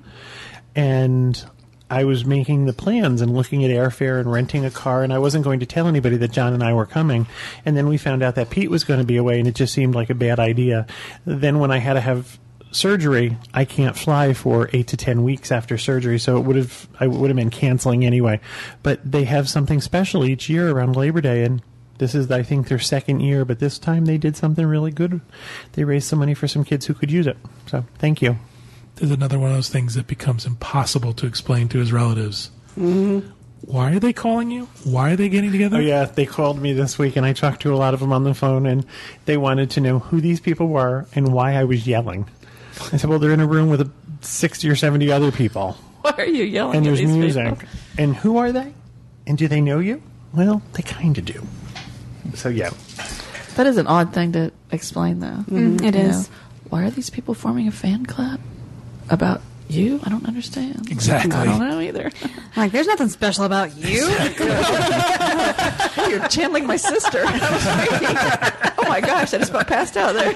And I was making the plans and looking at airfare and renting a car, and I wasn't going to tell anybody that John and I were coming. And then we found out that Pete was going to be away, and it just seemed like a bad idea. Then when I had to have surgery, I can't fly for eight to ten weeks after surgery, so it would have I would have been canceling anyway. But they have something special each year around Labor Day, and this is I think their second year. But this time they did something really good. They raised some money for some kids who could use it. So thank you. There's another one of those things that becomes impossible to explain to his relatives. Why are they calling you? Why are they getting together? Mm-hmm. Oh yeah, they called me this week, and I talked to a lot of them on the phone, and they wanted to know who these people were and why I was yelling. I said, "Well, they're in a room with a sixty or seventy other people, Why are you yelling and at there's these music, people? and who are they, and do they know you? Well, they kind of do. So yeah, That is an odd thing to explain, though. Mm, it You is. know, why are these people forming a fan club about you? I don't understand. Exactly. I don't know either. Like, there's nothing special about you. You're channeling my sister. I was thinking, oh my gosh, I just about passed out there.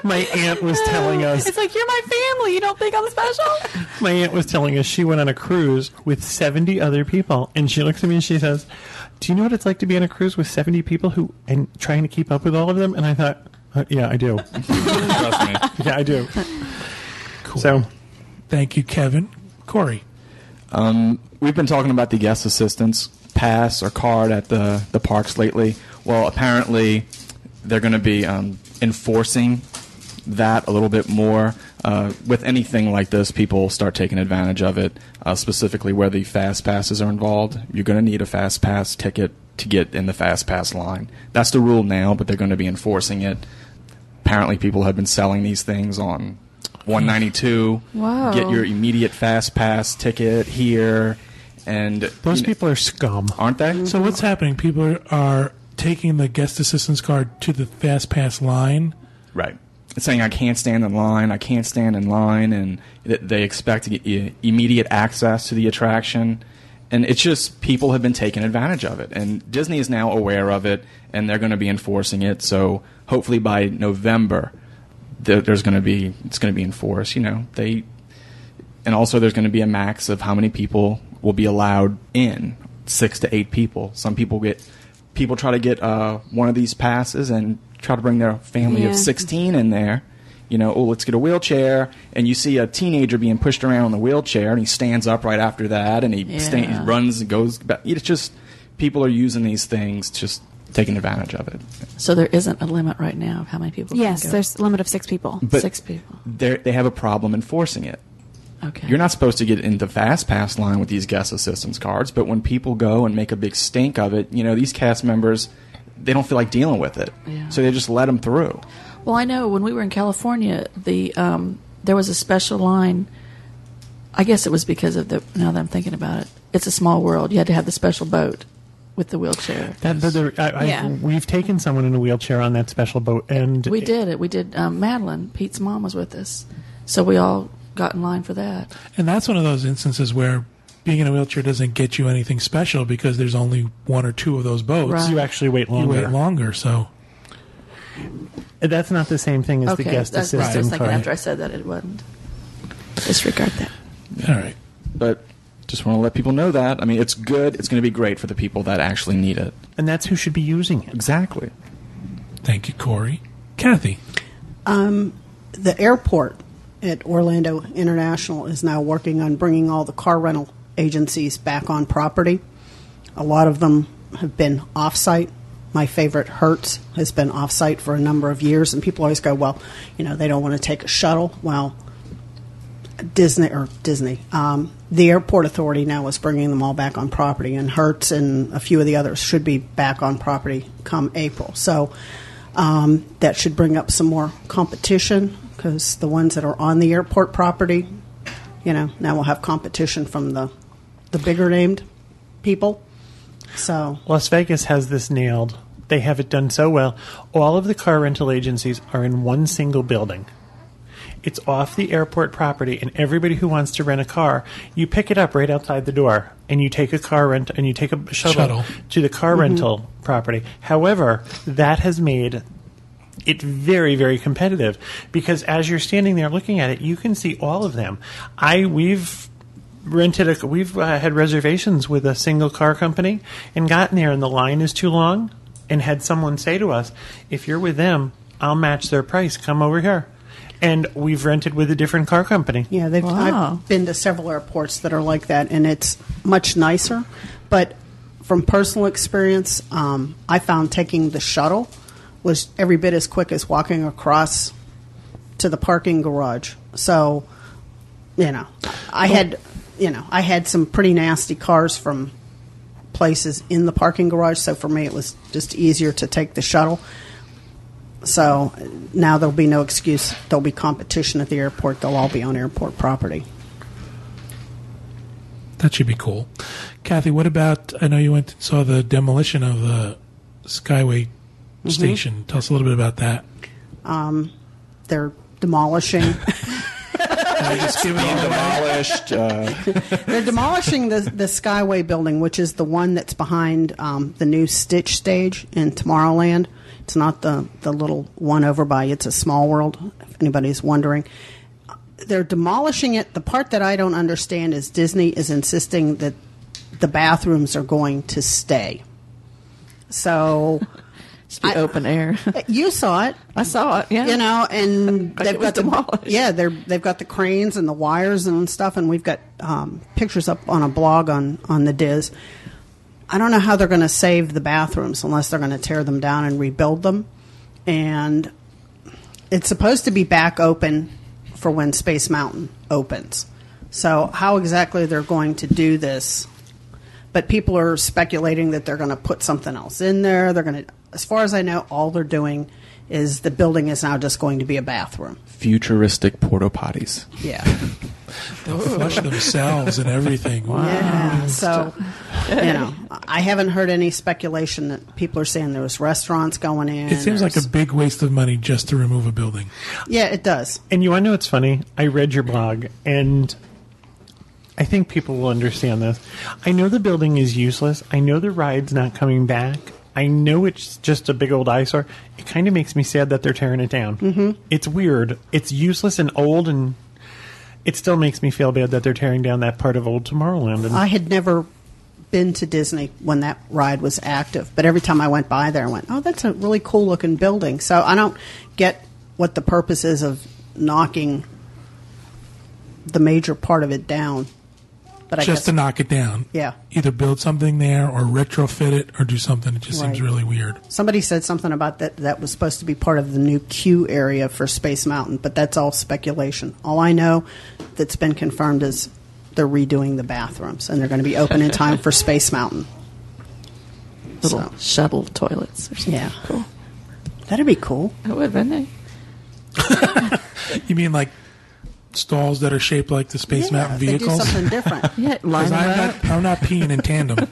my aunt was telling us. It's like you're my family. You don't think I'm special? My aunt was telling us she went on a cruise with 70 other people, and she looks at me and she says, "Do you know what it's like to be on a cruise with 70 people who and trying to keep up with all of them?" And I thought, uh, "Yeah, I do. Trust me. Yeah, I do." So, Thank you, Kevin. Corey. We've been talking about the guest assistance pass or card at the, the parks lately. Well, apparently they're going to be um, enforcing that a little bit more. Uh, with anything like this, people start taking advantage of it, uh, specifically where the fast passes are involved. You're going to need a fast pass ticket to get in the fast pass line. That's the rule now, but they're going to be enforcing it. Apparently, people have been selling these things on 192. Wow. Get your immediate fast pass ticket here and those you know- people are scum. aren't they So what's happening? People are, are taking the guest assistance card to the fast pass line. right saying i can't stand in line i can't stand in line and th- they expect to get i- immediate access to the attraction and it's just people have been taking advantage of it and disney is now aware of it and they're going to be enforcing it so hopefully by november there- there's going to be it's going to be enforced you know they and also there's going to be a max of how many people will be allowed in six to eight people some people get people try to get uh, one of these passes and try to bring their family Yeah. of 16 in there you know oh let's get a wheelchair and you see a teenager being pushed around in the wheelchair and he stands up right after that and he, sta- Yeah. he runs and goes back it's just people are using these things just taking advantage of it So there isn't a limit right now of how many people. yes, can go. there's a limit of six people. but Six people. they're- they have a problem enforcing it Okay. You're not supposed to get into fast pass line with these guest assistance cards, but when people go and make a big stink of it, you know, these cast members, they don't feel like dealing with it. Yeah. So they just let them through. Well, I know when we were in California, the um, there was a special line. I guess it was because of the. Now that I'm thinking about it, it's a small world. You had to have the special boat with the wheelchair. That, that, that- I, I, Yeah. We've taken someone in a wheelchair on that special boat, and We did it. We did. Um, Madeline, Pete's mom, was with us, so we all got in line for that. And that's one of those instances where being in a wheelchair doesn't get you anything special because there's only one or two of those boats. Right. you actually wait You longer. wait longer, so That's not the same thing as the guest that's what I was assistant thinking card. after I said that it wasn't. Disregard that. all right. But just want to let people know that. I mean, it's good. It's going to be great for the people that actually need it. And that's who should be using it. Exactly. Thank you, Corey. Kathy. the airport at Orlando International is now working on bringing all the car rental agencies back on property. A lot of them have been offsite. My favorite Hertz has been offsite for a number of years, and people always go, "Well, you know, they don't want to take a shuttle." Well, Disney or Disney, um, the airport authority now is bringing them all back on property, and Hertz and a few of the others should be back on property come April. So um, that should bring up some more competition because the ones that are on the airport property, you know, now we'll have competition from the the bigger named people. So Las Vegas has this nailed. They have it done so well. All of the car rental agencies are in one single building. It's off the airport property, and everybody who wants to rent a car, you pick it up right outside the door, and you take a car rent and you take a shuttle, Shuttle. to the car rental property. However, that has made it very very competitive because as you're standing there looking at it, you can see all of them. I we've rented a we've uh, had reservations with a single car company and gotten there and the line is too long and had someone say to us if you're with them i'll match their price come over here and we've rented with a different car company Yeah, they've, Wow. I've been to several airports that are like that, and it's much nicer. But from personal experience, um, I found taking the shuttle was every bit as quick as walking across to the parking garage. So, you know, I had, you know, I had some pretty nasty cars from places in the parking garage. So for me, it was just easier to take the shuttle. So now there'll be no excuse. There'll be competition at the airport. They'll all be on airport property. That should be cool. Kathy, what about? I know you went and saw the demolition of the Skyway station. Tell us a little bit about that. They're demolishing. I just give it being all away. demolished. Uh, They're demolishing the the Skyway building, which is the one that's behind um, the new Stitch stage in Tomorrowland. It's not the the little one over by It's a Small World. If anybody's wondering, they're demolishing it. The part that I don't understand is Disney is insisting that the bathrooms are going to stay. So Just be I- open air. you saw it. I saw it. Yeah, you know, and Like they've it was got the demolished. yeah, they're they've got the cranes and the wires and stuff, and we've got um, pictures up on a blog on on the Diz. I don't know how they're going to save the bathrooms unless they're going to tear them down and rebuild them, and it's supposed to be back open for when Space Mountain opens. So how exactly they're going to do this? But people are speculating that they're going to put something else in there. They're going to, as far as I know, all they're doing is the building is now just going to be a bathroom. futuristic porta potties. Yeah. They'll flush themselves and everything. yeah. So, you know, I haven't heard any speculation that people are saying there's restaurants going in. It seems like a there's- big waste of money just to remove a building. yeah, it does. And you want to know what's funny? I read your blog, and I think people will understand this. I know the building is useless. I know the ride's not coming back. I know it's just a big old eyesore. It kind of makes me sad that they're tearing it down. Mm-hmm. It's weird. It's useless and old, and it still makes me feel bad that they're tearing down that part of old Tomorrowland. And I had never been to Disney when that ride was active, but every time I went by there, I went, "Oh, that's a really cool looking building." So I don't get what the purpose is of knocking the major part of it down. But I just guess to knock it down. Yeah. Either build something there or retrofit it or do something. It just seems Right. really weird. somebody said something about that that was supposed to be part of the new queue area for Space Mountain, but that's all speculation. All I know that's been confirmed is they're redoing the bathrooms and they're going to be open in time for Space Mountain. little So. shuttle toilets or something. Yeah. cool. That'd be cool. It would, wouldn't it? You mean like stalls that are shaped like the Space Yeah, Mountain they do vehicles? something different. Yeah, line 'Cause I'm them up. not, I'm not peeing in tandem.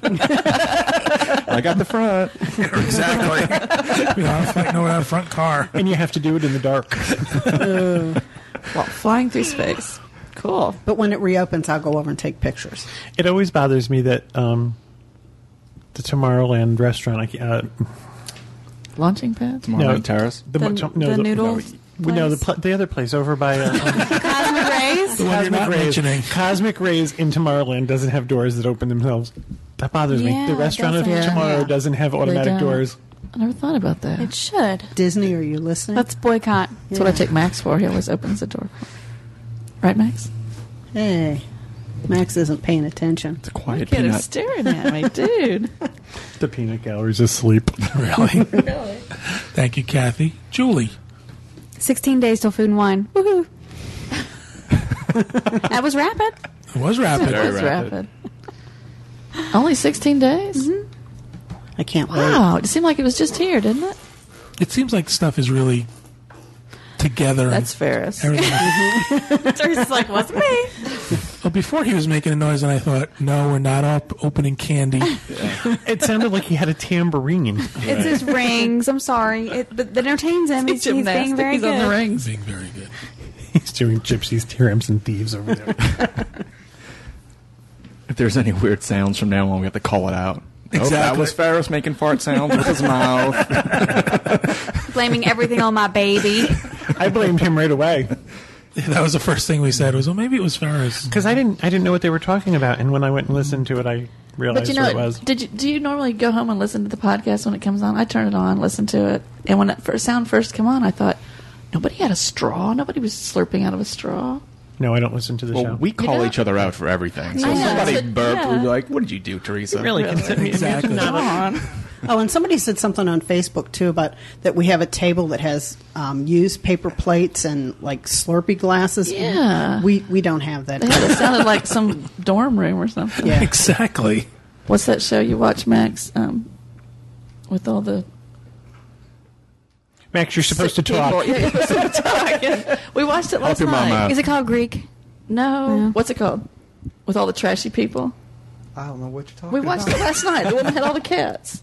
I got the front. exactly. you know, I'm fighting over that front car. and you have to do it in the dark. Well, flying through space. Cool. But when it reopens, I'll go over and take pictures. It always bothers me that um, the Tomorrowland restaurant, I ca- uh, Launching pad. Tomorrow Night Terrace. the, The, mo- the, no, noodle. We know the place. pl- the other place over by uh, Cosmic rays. The one you're Cosmic not Rays. mentioning. Cosmic Rays in Tomorrowland doesn't have doors that open themselves. That bothers Yeah, me. The it restaurant of doesn't. tomorrow Yeah. doesn't have automatic don't. doors. I never thought about that. It should. Disney, are you listening? Let's boycott. That's what I take Max for. He always opens the door. Right, Max? hey, Max isn't paying attention. It's a quiet Kid is peanut. staring at me, dude. The peanut gallery's asleep. Really? really? Thank you, Kathy. Julie. 16 days till food and wine. Woohoo. that was rapid. It was rapid. Very It was rapid. rapid. Only 16 days? I can't wait. Wow. It seemed like it was just here, didn't it? It seems like stuff is really together. That's Ferris. and everything. Mm-hmm. Ferris like, wasn't me. well, before he was making a noise, and I thought, no, we're not op- opening candy. it sounded like he had a tambourine. It's his rings. I'm sorry. It, but that entertains him. He's, he's being very He's good. on the rings. Being very good. He's doing gypsies, tyrants, and thieves over there. If there's any weird sounds from now on, we have to call it out. Oh, that Exactly. was Ferris making fart sounds with his mouth. Blaming everything on my baby. I blamed him right away Yeah, that was the first thing we said was, well, maybe it was Ferris. because I didn't. I didn't know what they were talking about, and when I went and listened to it, I realized But you know, what it was. did you, do you normally go home and listen to the podcast when it comes on? I turn it on, listen to it, and when it first sound first come on, I thought nobody had a straw, nobody was slurping out of a straw. No, I don't listen to the show. Well, we call know- each other out for everything. So I if know. somebody So- burped, yeah. we'd be like, what did you do, Teresa? really, Really? Exactly. Come on. Oh, and somebody said something on Facebook too about that we have a table that has um, used paper plates and like Slurpee glasses. Yeah. we we don't have that. Yeah, it sounded like some dorm room or something. Yeah. Exactly. What's that show you watch, Max? Um, with all the Max, you're supposed to sick talk. people- Yeah, you're supposed to talk. Yeah. We watched it last your night. mom out. Is it called Greek? No. No. what's it called? With all the trashy people. I don't know what you're talking We watched it last night. The woman had all the cats.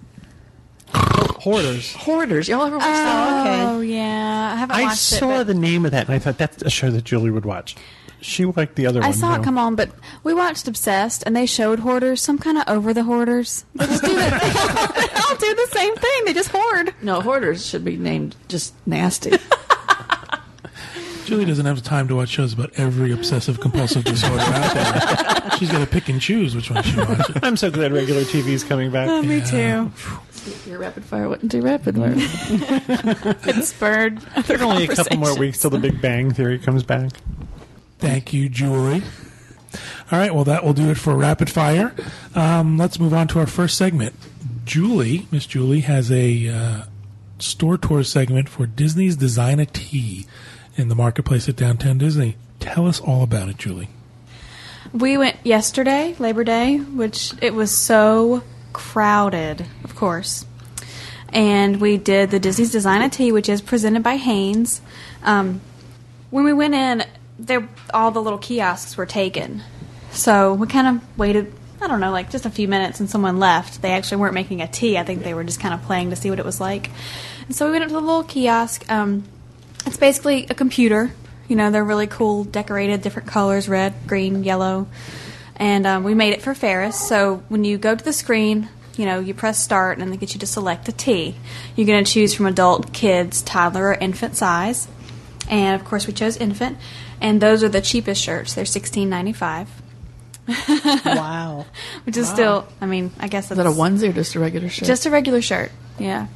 Hoarders. Hoarders. Y'all ever watched that? Oh, yeah. I haven't I watched saw it. the name of that and I thought that's a show that Julie would watch. She liked the other one. I saw though. it come on, but we watched Obsessed, and they showed hoarders. So I'm kind of over the hoarders. They just do the, they, all, they all do the same thing. They just hoard. No, hoarders should be named just nasty. Julie doesn't have time to watch shows about every obsessive compulsive disorder out there. She's got to pick and choose which one she watches. I'm so glad regular TV is coming back. me too. Your rapid fire wasn't too rapid. were it? It spurred. There's only a couple more weeks till the Big Bang Theory comes back. Thank you, Julie. All right, well, that will do it for rapid fire. Um, let's move on to our first segment. Julie, Miss Julie, has a uh, store tour segment for Disney's Design a Tea in the marketplace at Downtown Disney. Tell us all about it, Julie. We went yesterday, Labor Day, which it was so crowded, of course. And we did the Disney's Design a Tea, which is presented by Haynes. Um, when we went in, there all the little kiosks were taken. So we kind of waited, I don't know, like just a few minutes and someone left. They actually weren't making a tea. I think they were just kind of playing to see what it was like. And so we went up to the little kiosk. Um, it's basically a computer. You know, they're really cool, decorated, different colors red, green, yellow. And um, we made it for Ferris. So when you go to the screen, you know, you press start and they get you to select a tea. You're going to choose from adult, kids, toddler, or infant size. And of course, we chose infant. And those are the cheapest shirts. They're sixteen ninety five, wow. which is still, I mean, I guess Is that's that a onesie or just a regular shirt? just a regular shirt, yeah.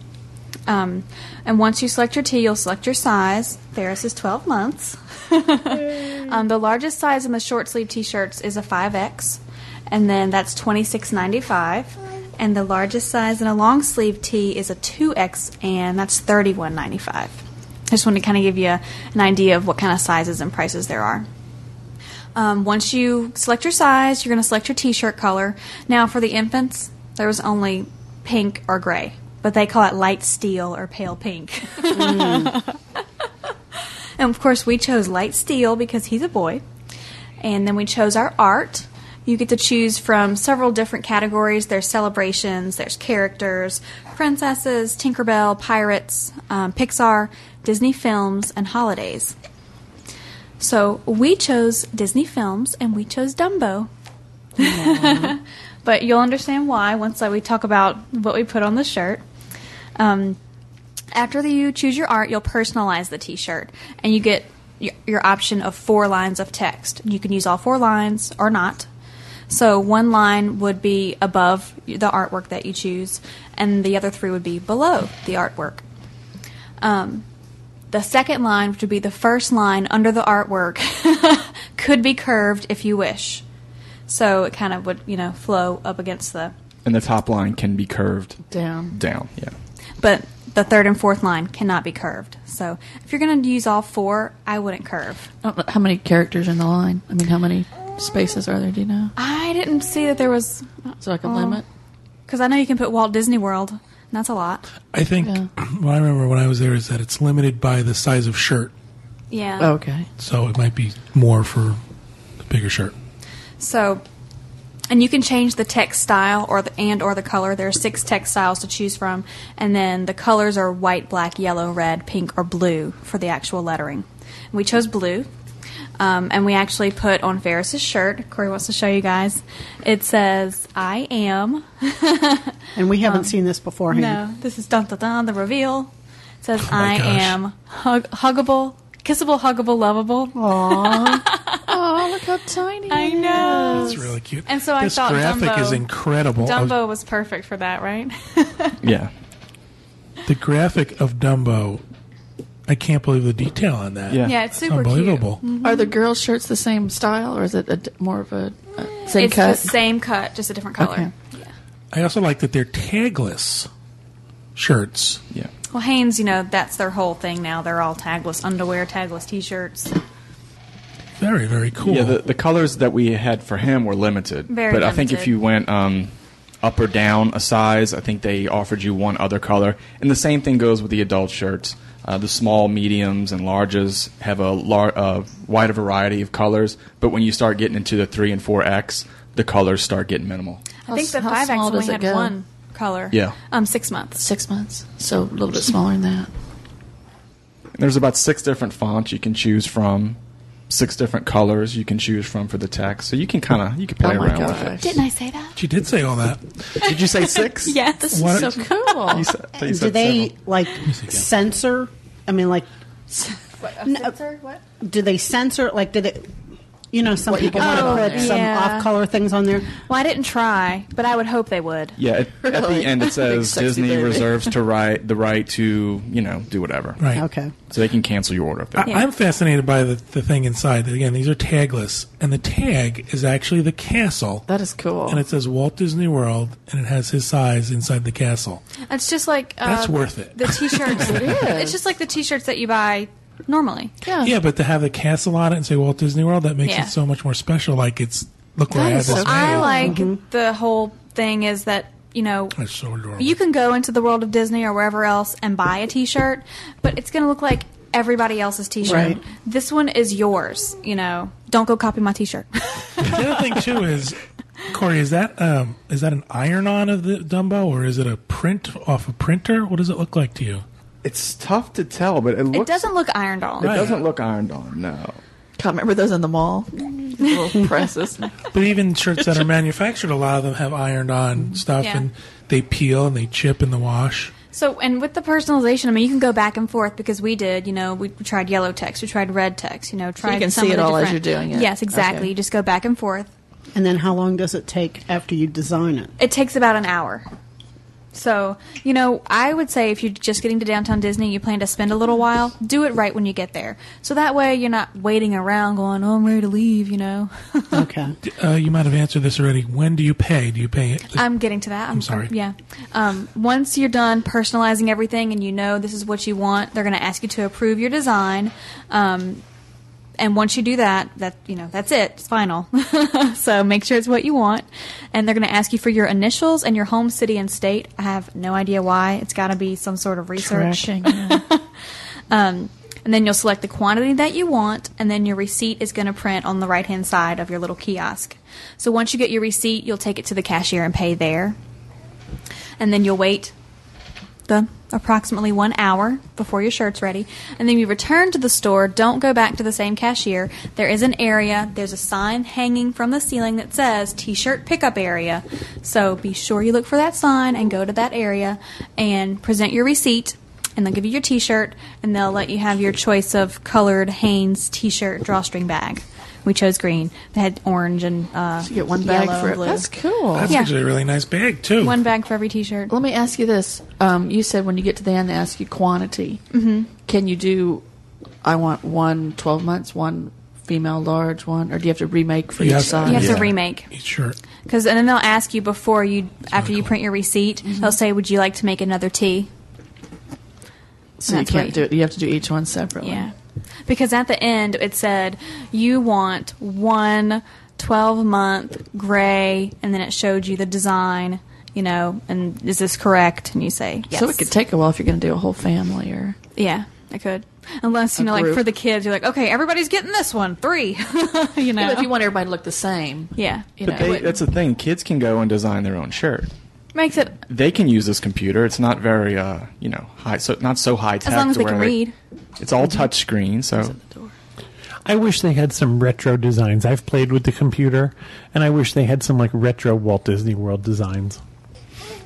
Um, and once you select your tea, you'll select your size. Ferris is 12 months. um, the largest size in the short sleeve t shirts is a 5X, and then that's twenty six ninety five. And the largest size in a long sleeve tee is a 2X, and that's thirty one ninety five. I just wanted to kind of give you a- an idea of what kind of sizes and prices there are. Um, once you select your size, you're going to select your t-shirt color. Now, for the infants, there was only pink or gray, but they call it light steel or pale pink. and of course, we chose light steel because he's a boy. And then we chose our art. You get to choose from several different categories. There's celebrations, there's characters, princesses, Tinkerbell, pirates, um, Pixar, Disney films, and holidays. So we chose Disney films and we chose Dumbo. but you'll understand why once that we talk about what we put on the shirt. Um, after the, you choose your art, you'll personalize the T-shirt, and you get your, your option of four lines of text. You can use all four lines or not. So one line would be above the artwork that you choose, and the other three would be below the artwork. Um, the second line, which would be the first line under the artwork, could be curved if you wish. So it kind of would, you know, flow up against the. And the top line can be curved down. down. Yeah. But the third and fourth line cannot be curved. So if you're going to use all four, I wouldn't curve. I don't know uh, how many characters are in the line. I mean, how many spaces are there? Do you know? I didn't see that there was. So I can Oh. limit. Because I know you can put Walt Disney World, and that's a lot. I think Yeah. what I remember when I was there is that it's limited by the size of shirt, Yeah. Okay. so it might be more for the bigger shirt. So, and you can change the text style or the and or the color. There are six text styles to choose from, and then the colors are white, black, yellow, red, pink, or blue for the actual lettering. We chose blue, um, and we actually put on Ferris's shirt. Corey wants to show you guys. It says "I am." And we haven't seen this beforehand. No, this is dun dun dun. The reveal it says Oh my "I gosh. am hug- huggable, kissable, huggable, lovable." Oh, look how tiny. I know. It's really cute. And so I this thought graphic Dumbo- is incredible. I was- Dumbo was perfect for that, right? Yeah. the graphic of Dumbo, I can't believe the detail on that. Yeah. Yeah, it's It's super unbelievable. cute. Are the girls' shirts the same style, or is it a d more of a uh, same it's cut? the same cut, just a different color. Okay. Mm-hmm. I also like that they're tagless shirts. Yeah. Well, Hanes, you know, that's their whole thing now. They're all tagless underwear, tagless T-shirts. Very, very cool. Yeah, the, the colors that we had for him were limited. Very but I think limited. if you went um, up or down a size, I think they offered you one other color. And the same thing goes with the adult shirts. Uh, the small, mediums, and larges have a lar- uh, wider variety of colors. But when you start getting into the 3 and 4X, the colors start getting minimal. I think s- the how five X small only does it had go? one color. Yeah. Um, six months. Six months, so a little bit smaller than that. And there's about six different fonts you can choose from. six different colors you can choose from for the text. So you can kind of you can play oh my around gosh. Didn't I say that? She did say all that. with it. Did you say six? Yes. This Why is so don't- cool. You said, I thought you Do said they several. like see again. censor? I mean, like, Sensor? What? do they censor? Like, do they? You know, some people want put to on put there. some Yeah. off-color things on there. Well, I didn't try, but I would hope they would. Yeah, it, at the Really? end it Big says sexy Disney baby. reserves to right the right to you know do whatever. Right. Okay. So they can cancel your order if they. I, I'm fascinated by the, the thing inside. Again, these are tagless, and the tag is actually the castle. That is cool. and it says Walt Disney World, and it has his size inside the castle. It's just like uh, That's worth it. The t-shirts. it is. It's just like the t-shirts that you buy normally. yeah. Yeah, but to have the castle on it and say Walt Disney World, that makes Yeah. it so much more special. Like it's look where I That have is this. so made. I like Mm-hmm. the whole thing is that you know That's so adorable. you can go into the world of Disney or wherever else and buy a t-shirt, but it's going to look like everybody else's t-shirt. Right. This one is yours. You know, don't go copy my t-shirt. the other thing too is Corey, is that um, is that an iron on of the Dumbo or is it a print off a printer? What does it look like to you? It's tough to tell, but it it looks doesn't look ironed on. it doesn't look ironed on. No. God, remember those in the mall? Little presses. But even shirts that are manufactured, a lot of them have ironed on stuff, Mm-hmm. Yeah. and they peel and they chip in the wash. So, and with the personalization, I mean, you can go back and forth because we did, you know, we tried yellow text, we tried red text, you know, tried can some see of it the all as different- you're doing it. Yes, exactly. Okay. You just go back and forth. And then, how long does it take after you design it? It takes about an hour. So, you know, I would say if you're just getting to downtown Disney, you plan to spend a little while, do it right when you get there. So that way you're not waiting around going, oh, I'm ready to leave, you know. Okay. Uh, you might have answered this already. When do you pay? Do you pay it? I'm getting to that. I'm, sorry. Yeah. Um, once you're done personalizing everything and you know this is what you want, they're going to ask you to approve your design. Um, and once you do that, that you know that's it. It's final. so make sure it's what you want. And they're going to ask you for your initials and your home city and state. I have no idea why. It's got to be some sort of research. Tracking. yeah. Um, and then you'll select the quantity that you want, and then your receipt is going to print on the right hand side of your little kiosk. So once you get your receipt, you'll take it to the cashier and pay there. And then you'll wait the approximately one hour before your shirt's ready. And then you return to the store. Don't go back to the same cashier. There is an area, there's a sign hanging from the ceiling that says t shirt pickup area. So be sure you look for that sign and go to that area and present your receipt. And they'll give you your t shirt and they'll let you have your choice of colored Hanes t shirt drawstring bag. We chose green. They had orange and uh, You get one bag yellow for and it. blue. That's cool. That's Yeah. actually a really nice bag too. One bag for every t shirt. Let me ask you this. Um, you said when you get to the end, they ask you quantity. Mm-hmm. Can you do, I want one 12 months, one female large, one, or do you have to remake for You each have- size? You have Yeah. to remake. Each shirt. Because and then they'll ask you before you after you cool. print your receipt, Mm-hmm. they'll say, "Would you like to make another tea?" So you That's what- can't do it. You have to do each one separately. Yeah, because at the end it said you want one 12 month gray, and then it showed you the design. You know, and is this correct? And you say yes. So it could take a while if you're going to do a whole family or. Yeah, it could. Unless you A know, like group. for the kids, you're like, okay, everybody's getting this one, three. you know, But if you want everybody to look the same, yeah, you But know, they, that's the thing. Kids can go and design their own shirt. makes it They can use this computer. It's not very, uh, you know, high. So not so high tech. as long as to they where can read. It's all touch screen. So I wish they had some retro designs. I've played with the computer, and I wish they had some like retro Walt Disney World designs.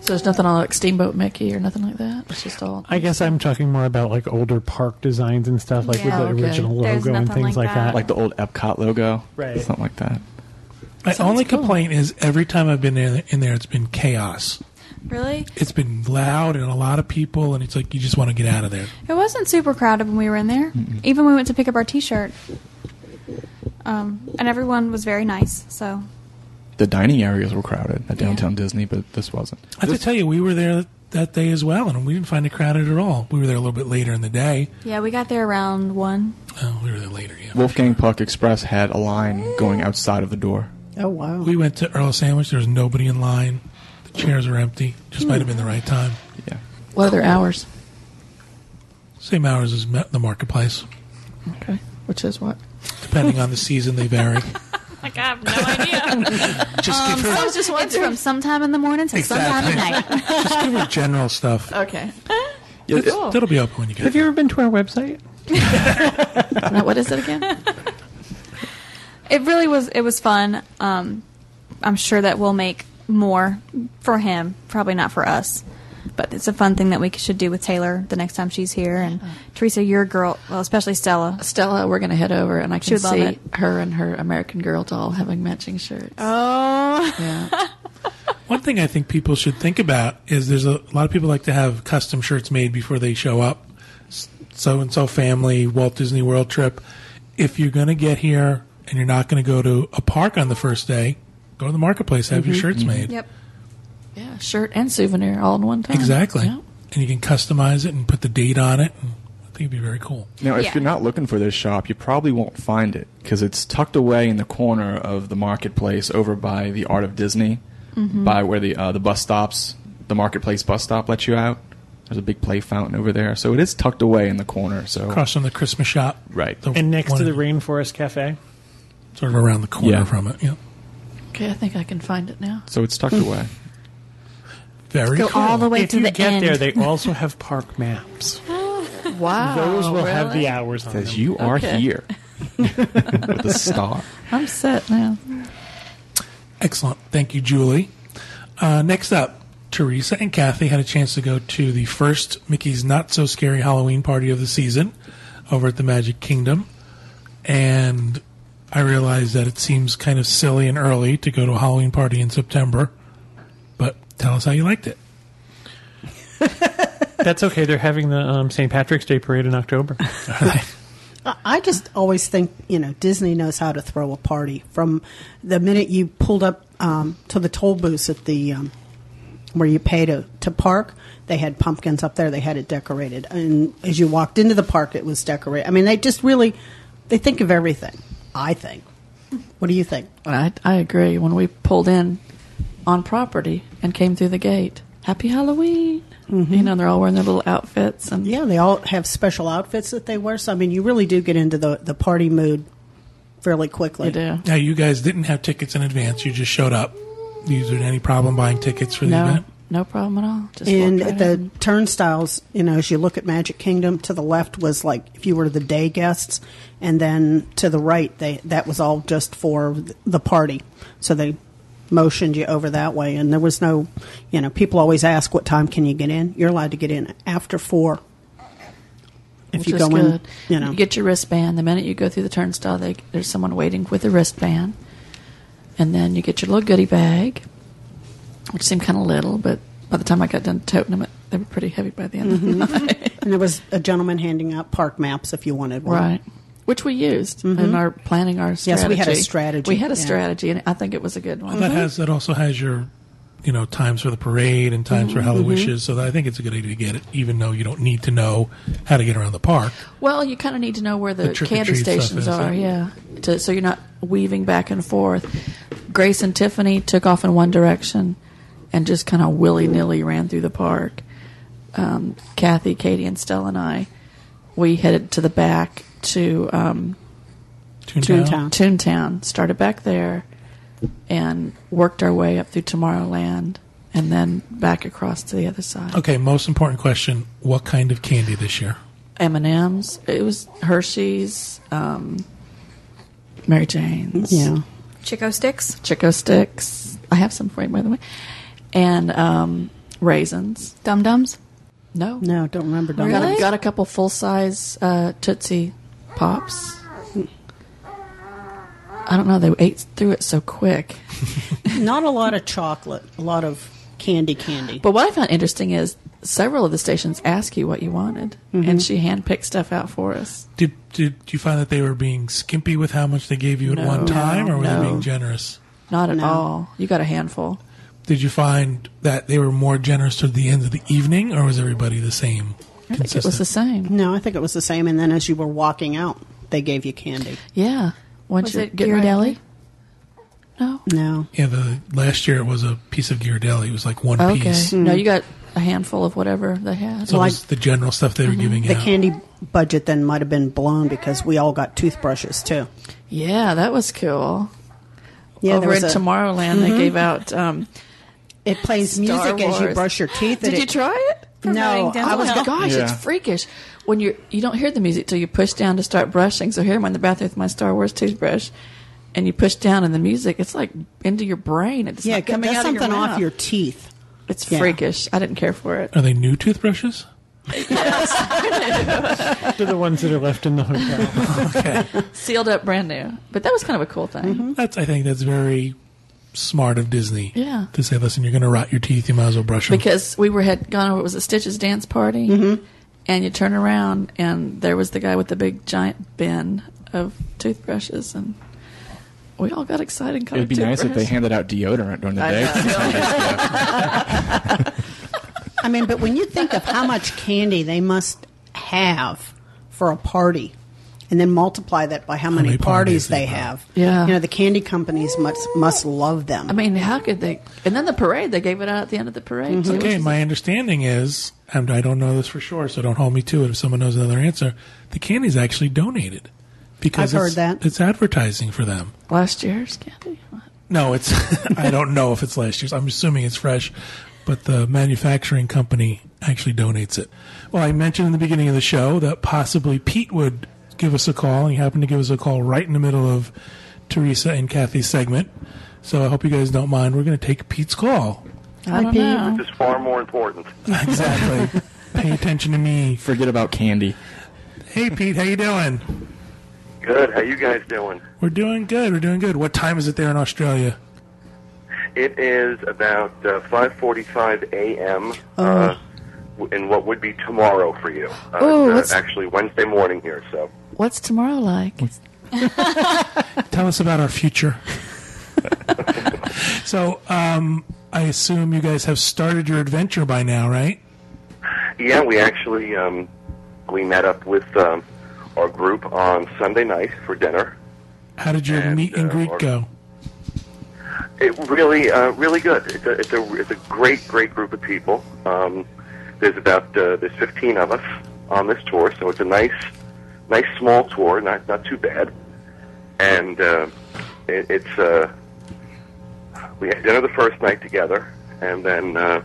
so there's nothing on like Steamboat Mickey or nothing like that. It's just all. I guess I'm talking more about like older park designs and stuff, like Yeah, with okay. the original There's logo and nothing things like like that. that. like the old Epcot logo, Right. Something like that. My Sounds only cool. complaint is every time I've been in, in there, it's been chaos. Really, It's been loud and a lot of people, and it's like you just want to get out of there. It wasn't super crowded when we were in there. Even when we went to pick up our T-shirt, um, and everyone was very nice. So The dining areas were crowded at downtown Disney, but this wasn't. I have to tell you, we were there that day as well, and we didn't find it crowded at all. We were there a little bit later in the day. yeah, we got there around one. Oh, we were there later, yeah. Wolfgang Puck Express had a line going outside of the door. Oh wow. we went to Earl Sandwich. There was nobody in line. The chairs were empty. Just might have been the right time. Yeah. What other hours? Same hours as ma- the marketplace. Okay. Which is what? Depending on the season, they vary. Like I have no idea. Just, give, her, I was just wondering from sometime in the morning to sometime at night. just give her general stuff. Okay. Yeah, it- Cool. That'll be open when you get Have you ever been to our website? No, what is it again? it really was. It was fun. Um, I'm sure that we'll make more for him. Probably not for us, but it's a fun thing that we should do with Taylor the next time she's here. And Teresa, your girl, well, especially Stella. Stella, we're going to head over, and I She can would love see it. her and her American Girl doll having matching shirts. Oh, Yeah. One thing I think people should think about is there's a, lot of people like to have custom shirts made before they show up. So and so family, Walt Disney World trip. If you're going to get here and you're not going to go to a park on the first day, go to the marketplace, have your shirts made. yep. yeah, shirt and souvenir all in one time. Exactly. Yeah. And you can customize it and put the date on it. And I think it'd be very cool. Now, if Yeah. you're not looking for this shop, you probably won't find it because it's tucked away in the corner of the marketplace over by the Art of Disney, by where the uh, the bus stops, the marketplace bus stop lets you out. There's a big play fountain over there, so it is tucked away in the corner. So Across from the Christmas shop. Right. The And next one to the in- Rainforest Cafe. Sort of around the corner Yeah. from it. Yeah. Okay, I think I can find it now. so it's tucked away. Very Go cool. all the way if to you the get end. there, they also have park maps. Wow. Those will have really? the hours on Says them. you are Okay. here with a star. I'm set now. Excellent. Thank you, Julie. Uh, next up, Teresa and Kathy had a chance to go to the first Mickey's Not So Scary Halloween party of the season over at the Magic Kingdom. And I realize that it seems kind of silly and early to go to a Halloween party in September, but tell us how you liked it. That's okay. They're having the um, St. Patrick's Day parade in October. I- I just always think you know Disney knows how to throw a party from the minute you pulled up um, to the toll booths at the um, where you pay to to park. They had pumpkins up there. They had it decorated, and as you walked into the park, it was decorated. I mean, they just really they think of everything. I think. What do you think? I, I agree. When we pulled in on property and came through the gate, Happy Halloween! You know, they're all wearing their little outfits, and Yeah, they all have special outfits that they wear. So I mean, you really do get into the the party mood fairly quickly. you do. Now, you guys didn't have tickets in advance, you just showed up. You had any problem buying tickets for the No, event? no problem at all. Just And walk right the in. turnstiles, you know, as you look at Magic Kingdom, to the left was like if you were the day guests, and then to the right, they that was all just for th- the party. So they motioned you over that way, and there was no, you know, people always ask what time can you get in. You're allowed to get in after four. If which you is go good. in, you know, get your wristband. The minute you go through the turnstile, they, there's someone waiting with a wristband, and then you get your little goodie bag, which seemed kind of little, but by the time I got done toting them, it, they were pretty heavy by the end of Mm-hmm. the night. and there was a gentleman handing out park maps if you wanted one. Right. Which we used in our planning our strategy. Mm-hmm. Yes, we had a strategy, We had a yeah. strategy, and I think it was a good one. That has that also has your, you know, times for the parade and times Mm-hmm. for Halloween wishes. So that, I think it's a good idea to get it, even though you don't need to know how to get around the park. Well, you kind of need to know where the, The trick or candy treat stuff stations is, are, yeah. yeah, to, so you're not weaving back and forth. Grace and Tiffany took off in one direction and just kind of willy nilly ran through the park. Um, Kathy, Katie, and Stella and I, we headed to the back to um, Toontown. Toontown. Toontown, started back there, and worked our way up through Tomorrowland, and then back across to the other side. Okay, most important question: What kind of candy this year? M and M's. It was Hershey's, um, Mary Jane's, Yeah. Chico sticks. Chico sticks. I have some for you, by the way, and um, raisins. Dum dums. No, No, don't remember. Don't Got, Really? a, got a couple full size uh, Tootsie pops. I don't know. They ate through it so quick. Not a lot of chocolate. A lot of candy, candy. But what I found interesting is several of the stations ask you what you wanted, Mm-hmm. and she handpicked stuff out for us. Did did you find that they were being skimpy with how much they gave you at No. one time, or were No. they being generous? Not at No. all. You got a handful. Did you find that they were more generous toward the end of the evening, or was everybody the same? I think it was the same. No, I think it was the same. And then as you were walking out, they gave you candy. Yeah. Once Was you it get Ghirardelli? No. No. yeah, the last year it was a piece of Ghirardelli. It was like one Okay. Mm. piece. No, you got a handful of whatever they had. So it Well, I- was the general stuff they were Mm-hmm. giving The out. candy budget then might have been blown because we all got toothbrushes too. yeah, that was cool. Yeah, there Over in was a- Tomorrowland, they gave out. Um, It plays Star music as you Wars. brush your teeth. and did you it- try it? No, Promoting I was. oh my gosh, Yeah. it's freakish. When you you don't hear the music till you push down to start brushing. So here I'm in the bathroom with my Star Wars toothbrush, and you push down and the music, it's like into your brain. It's yeah, not coming that's out of your something off mouth. your teeth. It's yeah. freakish. I didn't care for it. Are they new toothbrushes? They're the ones that are left in the hotel. Sealed up, brand new. But that was kind of a cool thing. That's I think that's very smart of Disney. Yeah. To say, listen, you're going to rot your teeth. You might as well brush them. because we were had gone over it was a Stitches dance party, and you turn around and there was the guy with the big giant bin of toothbrushes, and we all got excited. and It got would a be nice if they toothbrush. handed out deodorant during the I day. know. I mean, but when you think of how much candy they must have for a party, and then multiply that by how many, many parties parties, they they have, Yeah. you know, the candy companies must must love them. I mean, how could they? And then the parade, they gave it out at the end of the parade. too, which Okay, is- my understanding is, and I don't know this for sure, so don't hold me to it. If someone knows another answer, the candy's actually donated because I've heard it's, that. it's advertising for them. last year's candy. No, it's I don't know if it's last year's. I'm assuming it's fresh, but the manufacturing company actually donates it. Well, I mentioned in the beginning of the show that possibly Pete would give us a call, and he happened to give us a call right in the middle of Teresa and Kathy's segment. So I hope you guys don't mind. We're going to take Pete's call. I don't know. This is far more important. Exactly. Pay attention to me. Forget about candy. Hey, Pete, how you doing? Good. How you guys doing? We're doing good. We're doing good. What time is it there in Australia? It is about uh, 5:45 a.m. Uh, w- in what would be tomorrow for you. Uh, Oh, it's, what's- uh, actually Wednesday morning here. So What's tomorrow like? Tell us about our future. so, um, I assume you guys have started your adventure by now, right? yeah, we actually um, we met up with um, our group on Sunday night for dinner. How did your And, meet and uh, greet or- go? It really, uh, really good. It's a, it's a it's a great great group of people. Um, there's about uh, there's 15 of us on this tour, so it's a nice nice small tour, not not too bad. And uh, it, it's uh, we had dinner the first night together, and then uh,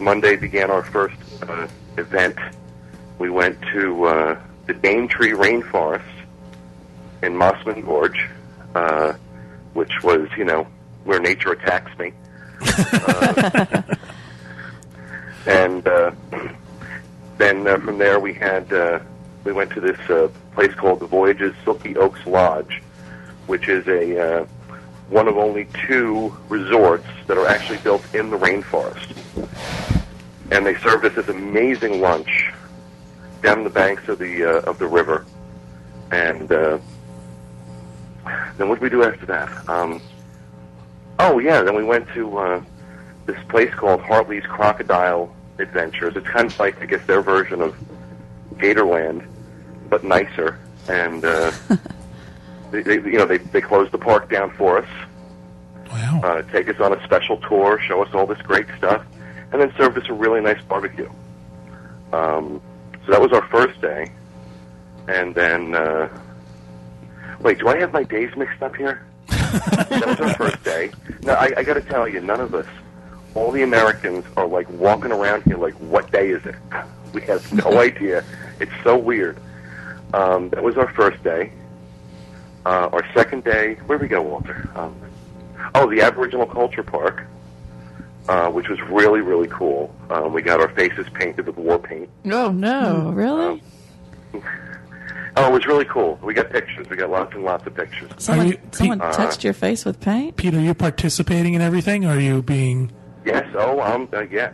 Monday began our first uh, event. We went to uh, the Daintree Rainforest in Mossman Gorge, uh, which was, you know, where nature attacks me. uh, and uh, then uh, from there we had uh, we went to this uh, place called the Voyages Silky Oaks Lodge, which is a uh, one of only two resorts that are actually built in the rainforest. And they served us this amazing lunch down the banks of the uh, of the river, and uh, then what did we do after that? Um, oh yeah, then we went to uh, this place called Hartley's Crocodile Adventures. It's kind of like I guess their version of Gatorland, but nicer. And uh, they, they, you know they they closed the park down for us Wow. uh, take us on a special tour, show us all this great stuff, and then served us a really nice barbecue. Um, so that was our first day, and then uh, wait, do I have my days mixed up here? that was our first day. No, I, I got to tell you, none of us, all the Americans, are like walking around here like, what day is it? We have no idea. It's so weird. Um, that was our first day. Uh, our second day, where we go, Walter? Um, oh, the Aboriginal Culture Park, uh, which was really, really cool. Um, we got our faces painted with war paint. Oh no, really? Oh, it was really cool. We got pictures. We got lots and lots of pictures. Someone, Are you- someone Pete- touched your face with paint. Pete, are you participating in everything? Or are you being Yes. Oh, um, uh, yeah.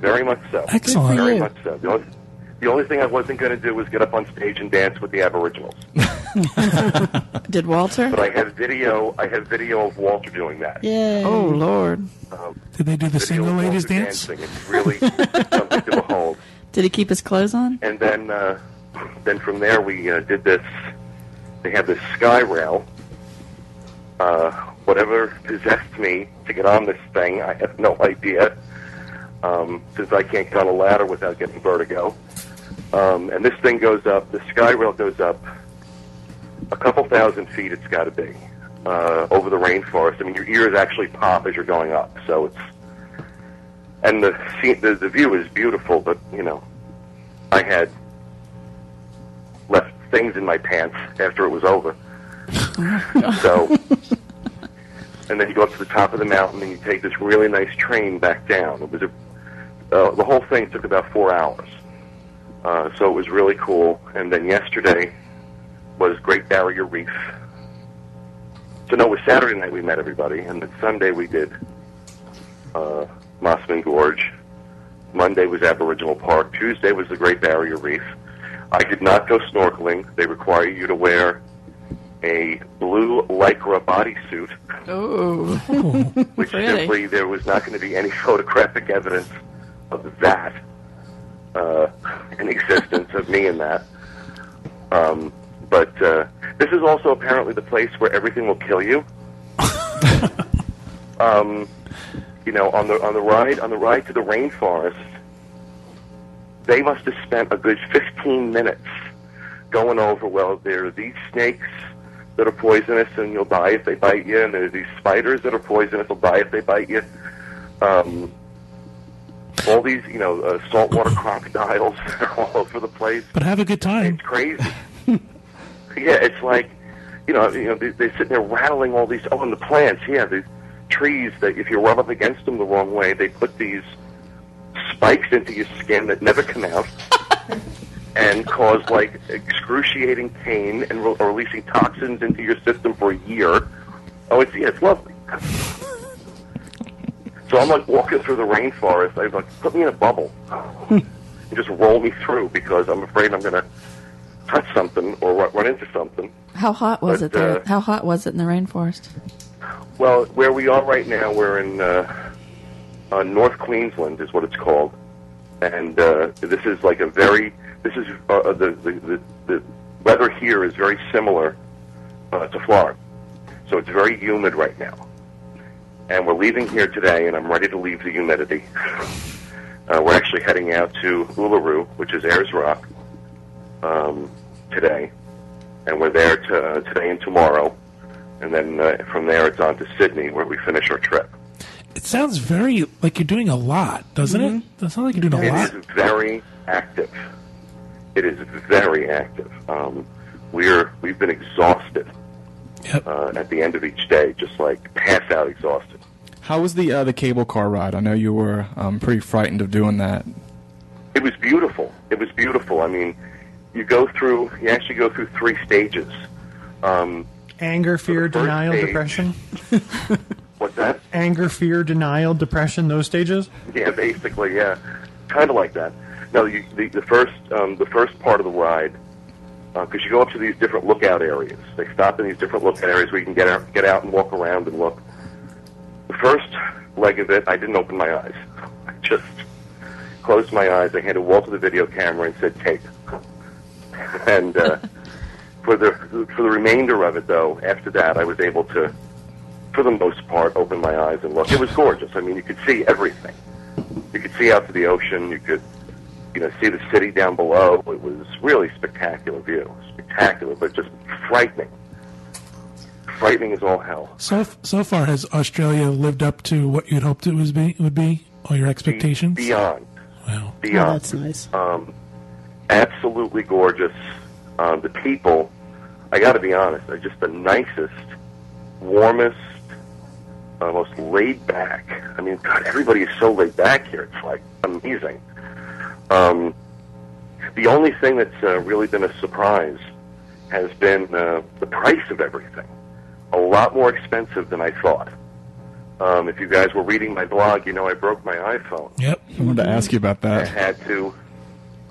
Very much so. Excellent. Very you. much so. The only, the only thing I wasn't going to do was get up on stage and dance with the Aboriginals. Did Walter? But I have video. I have video of Walter doing that. Oh Lord! Did they do the Video of single Walter ladies dance? Dancing. It's really something to behold. Did he keep his clothes on? and then uh, then from there we uh, did this. They have this sky rail. Uh, whatever possessed me to get on this thing, I have no idea. Um, since I can't get on a ladder without getting vertigo, um, and this thing goes up, the sky rail goes up a couple thousand feet. It's got to be uh, over the rainforest. I mean, your ears actually pop as you're going up. So it's and the scene, the, the view is beautiful, but you know, I had left things in my pants after it was over. so, and then you go up to the top of the mountain and you take this really nice train back down. It was a, uh, the whole thing took about four hours. Uh, so it was really cool. And then yesterday was Great Barrier Reef. So no, it was Saturday night we met everybody, and then Sunday we did uh, Mossman Gorge. Monday was Aboriginal Park. Tuesday was the Great Barrier Reef. I did not go snorkeling. They require you to wear a blue lycra bodysuit, Oh, which Really? simply there was not going to be any photographic evidence of that uh, in existence of me in that. Um, but uh, this is also apparently the place where everything will kill you. um, you know, on the on the ride on the ride to the rainforest, they must have spent a good 15 minutes going over. Well, there are these snakes that are poisonous and you'll die if they bite you, and there are these spiders that are poisonous will die if they bite you. Um, all these, you know, uh, saltwater crocodiles that are all over the place. But have a good time. It's crazy. yeah, it's like you know, you know, they, they sit there rattling all these. Oh, and the plants. Yeah, these trees that if you rub up against them the wrong way, they put these spikes into your skin that never come out. And cause like excruciating pain and re- or releasing toxins into your system for a year. Oh, it's yeah, it's lovely. so I'm like walking through the rainforest. I like put me in a bubble and just roll me through because I'm afraid I'm going to touch something or ru- run into something. how hot was But, it there? uh, How hot was it in the rainforest? Well, where we are right now, we're in uh, uh, North Queensland, is what it's called, and uh, this is like a very this is uh, the, the the the weather here is very similar uh, to Florida, so it's very humid right now, and we're leaving here today, and I'm ready to leave the humidity. Uh, we're actually heading out to Uluru, which is Ayers Rock, um, today, and we're there to, uh, today and tomorrow and then uh, from there it's on to Sydney where we finish our trip. It sounds very like you're doing a lot, doesn't Mm-hmm. it? Doesn't like you're doing a It lot. is very active. It is very active. Um, we're we've been exhausted Yep. uh, at the end of each day, just like pass out exhausted. How was the uh, the cable car ride? I know you were um, pretty frightened of doing that. It was beautiful. It was beautiful. I mean, you go through. You actually go through three stages. Um, Anger, fear, the first denial, stage- depression. what's that? Anger, fear, denial, depression. Those stages. Yeah, basically, yeah, kind of like that. Now, you, the, the first um, the first part of the ride, because you go up to these different lookout areas. They stop in these different lookout areas where you can get out, get out and walk around and look. The first leg of it, I didn't open my eyes. I just closed my eyes. I handed Walter the video camera and said, "Take." And uh, for the for the remainder of it, though, after that, I was able to, for the most part, open my eyes and look. It was gorgeous. I mean, you could see everything you could see out to the ocean. You could, you know, see the city down below. It was really spectacular view, spectacular, but just frightening. Frightening as all hell. So f- so far, has Australia lived up to what you'd hoped it was be would be? All your expectations? Beyond, Wow. Oh, beyond. that's nice. um, absolutely gorgeous. Um, the people, I got to be honest, are just the nicest, warmest, uh, most laid back. I mean, God, everybody is so laid back here. It's like amazing. Um, the only thing that's uh, really been a surprise has been uh, the price of everything. A lot more expensive than I thought. Um, if you guys were reading my blog, you know I broke my iPhone Yep. I wanted to ask you about Mm. and that. had to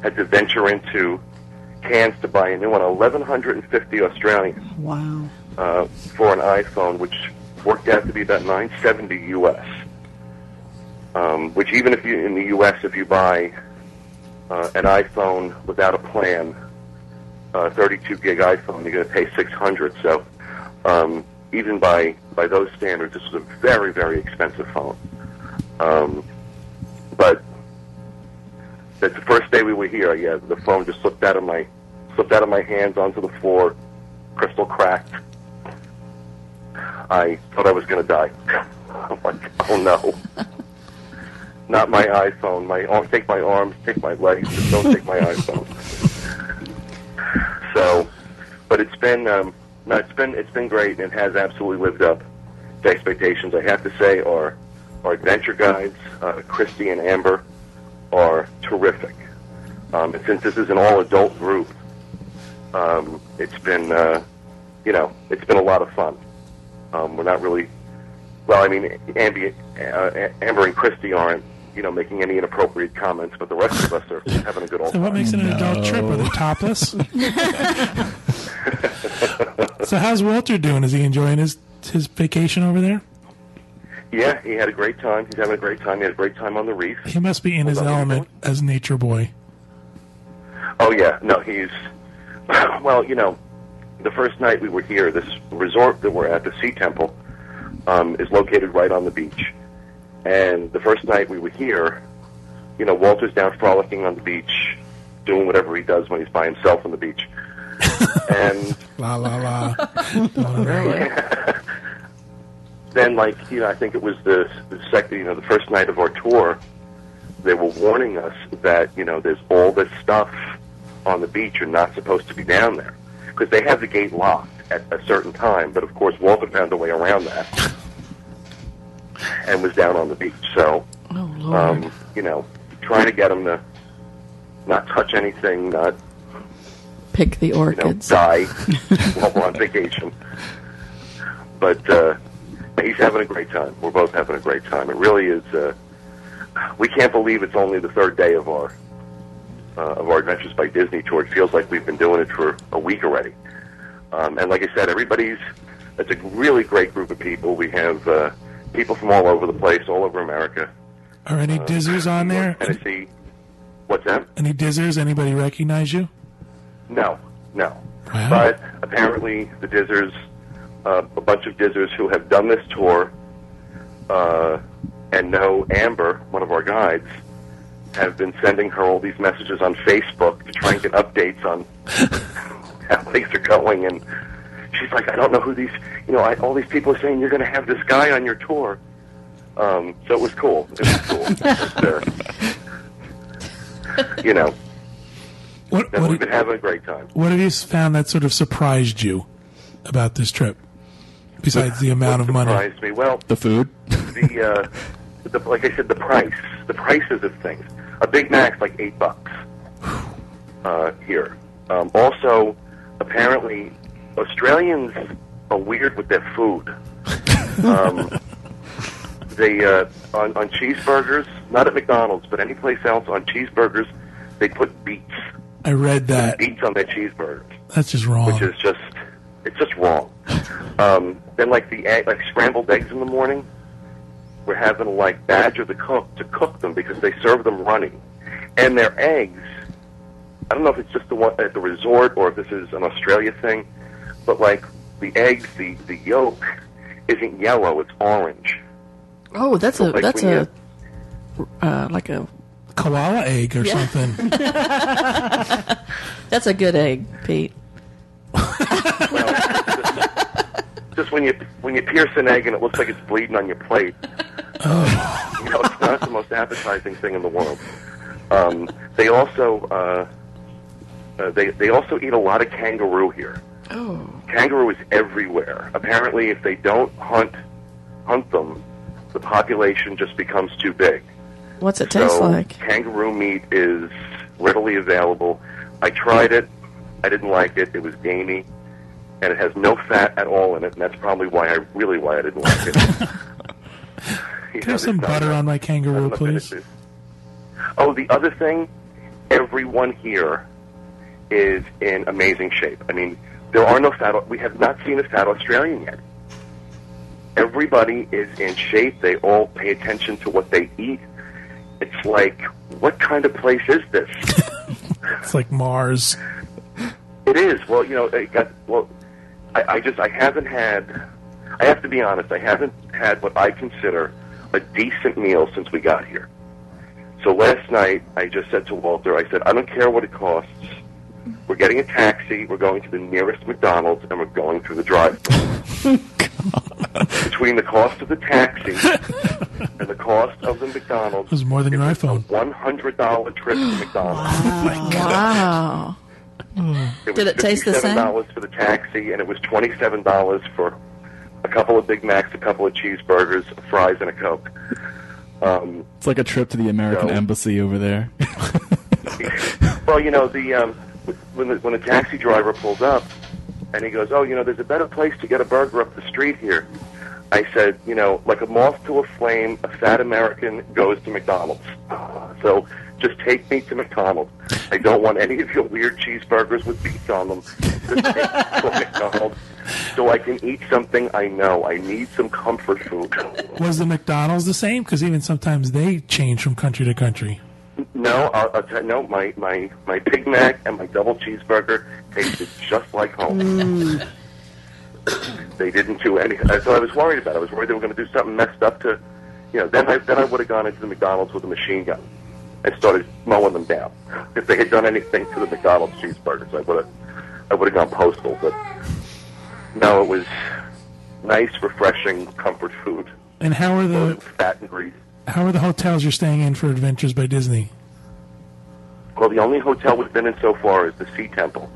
had to venture into cans to buy a new one. Eleven hundred and fifty Australian Wow. uh, for an iPhone, which worked out to be about nine seventy US. Um, which even if you in the US, if you buy uh, an iPhone without a plan, uh, thirty-two gig iPhone, you're going to pay six hundred. So um, even by by those standards, this is a very very expensive phone. Um, but that the first day we were here, yeah, the phone just slipped out of my slipped out of my hands onto the floor, crystal cracked. I thought I was going to die. I'm like, oh no, not my iPhone. My arm, take my arms, take my legs, just don't take my iPhone. So, but it's been um, No, it's been it's been great, and it has absolutely lived up to expectations. I have to say, our our adventure guides, uh, Christy and Amber, are terrific. Um, and since this is an all adult group, um, it's been uh, you know it's been a lot of fun. Um, we're not really well. I mean, Ambi, uh, Amber and Christy aren't you know making any inappropriate comments, but the rest of us are having a good old So what time. makes it an adult trip? Are they topless? so how's Walter doing? Is he enjoying his his vacation over there? Yeah, he had a great time. He's having a great time. He had a great time on the reef. He must be in his Hold on, element as nature boy. Oh yeah, no, he's well. You know, the first night we were here, this resort that we're at, the Sea Temple, um, is located right on the beach. And the first night we were here, you know, Walter's down frolicking on the beach, doing whatever he does when he's by himself on the beach. and La la la. Don't know. then, like you know, I think it was the, the second, you know, the first night of our tour, they were warning us that you know there's all this stuff on the beach. You're not supposed to be down there because they have the gate locked at a certain time. But of course, Walter found a way around that and was down on the beach. So, Oh, Lord. um, you know, trying to get him to not touch anything, not Pick the you know, orchids. die while we're on vacation. But uh, he's having a great time. We're both having a great time. It really is. Uh, we can't believe it's only the third day of our uh, of our Adventures by Disney tour. It feels like we've been doing it for a week already. Um, and like I said, everybody's it's a really great group of people. We have uh, people from all over the place, all over America. Are any dizzers on there? Tennessee. What's that? Any dizzers? Anybody recognize you? No, no. Wow. But apparently, the Dizzers, uh, a bunch of Dizzers who have done this tour uh, and know Amber, one of our guides, have been sending her all these messages on Facebook to try and get updates on how things are going. And she's like, I don't know who these, you know, I, all these people are saying you're going to have this guy on your tour. Um, so it was cool. It was cool. It's, uh, you know, What and we've what, been having a great time. what have you found that sort of surprised you about this trip? Besides the amount of money. Surprised me. Well, The food. the, uh, the like I said, the price, the prices of things. A Big Mac's like eight bucks uh, here. Um, also, apparently, Australians are weird with their food. Um, they uh, on, on cheeseburgers, not at McDonald's, but any place else on cheeseburgers, they put beets, I read that. beets on their cheeseburgers That's just wrong. which is just it's just wrong. Um, then like the egg, like scrambled eggs in the morning, we're having like badger the cook to cook them because they serve them running, and their eggs. I don't know if it's just the one at the resort or if this is an Australia thing, but like the eggs, the the yolk isn't yellow; it's orange. oh, that's a like that's when a uh, like a Koala egg or something. that's a good egg, Pete. Just when you when you pierce an egg and it looks like it's bleeding on your plate. you know, it's not the most appetizing thing in the world. Um, they also uh, uh, they they also eat a lot of kangaroo here. Oh, Kangaroo is everywhere. Apparently, if they don't hunt hunt them, the population just becomes too big. what's it taste so like? kangaroo meat is readily available. I tried it. I didn't like it. It was gamey, and it has no fat at all in it. And that's probably why I really why I didn't like it. You Can I know, have some there's not butter enough- on my kangaroo, not enough please? in it to- Oh, the other thing, everyone here is in amazing shape. I mean, there are no fat. We have not seen a fat Australian yet. Everybody is in shape. They all pay attention to what they eat. It's like, what kind of place is this? It's like Mars. it is. Well, you know, it got, well, I, I just I haven't had. I have to be honest. I haven't had what I consider a decent meal since we got here. So last night, I just said to Walter, I said, I don't care what it costs. We're getting a taxi. We're going to the nearest McDonald's, and we're going through the drive. Between the cost of the taxi and the cost of the McDonald's, was more than it your was a iPhone. One hundred dollar trip to McDonald's. Wow, It Did it taste the same? dollars for the taxi, and it was twenty-seven dollars for a couple of Big Macs, a couple of cheeseburgers, fries, and a Coke. Um, It's like a trip to the American No. embassy over there. well, you know, the um, when the when the taxi driver pulls up and he goes, "Oh, you know, there's a better place to get a burger up the street here." I said, "You know, like a moth to a flame, a fat American goes to McDonald's." So just take me to McDonald's. I don't want any of your weird cheeseburgers with beets on them. Just take me to McDonald's so I can eat something I know. I need some comfort food. Was the McDonald's the same? Because even sometimes they change from country to country. No, I'll, I'll tell, no. My, my my Big Mac and my double cheeseburger tasted just like home. they didn't do any. That's what I was worried about. I was worried they were going to do something messed up to, you know. Then I then I would have gone into the McDonald's with a machine gun and started mowing them down. If they had done anything to the McDonald's cheeseburgers, I would have I would have gone postal. But no, it was nice, refreshing comfort food. And how are the Fat and greasy. how are the hotels you're staying in for Adventures by Disney? Well, the only hotel we've been in so far is the Sea Temple.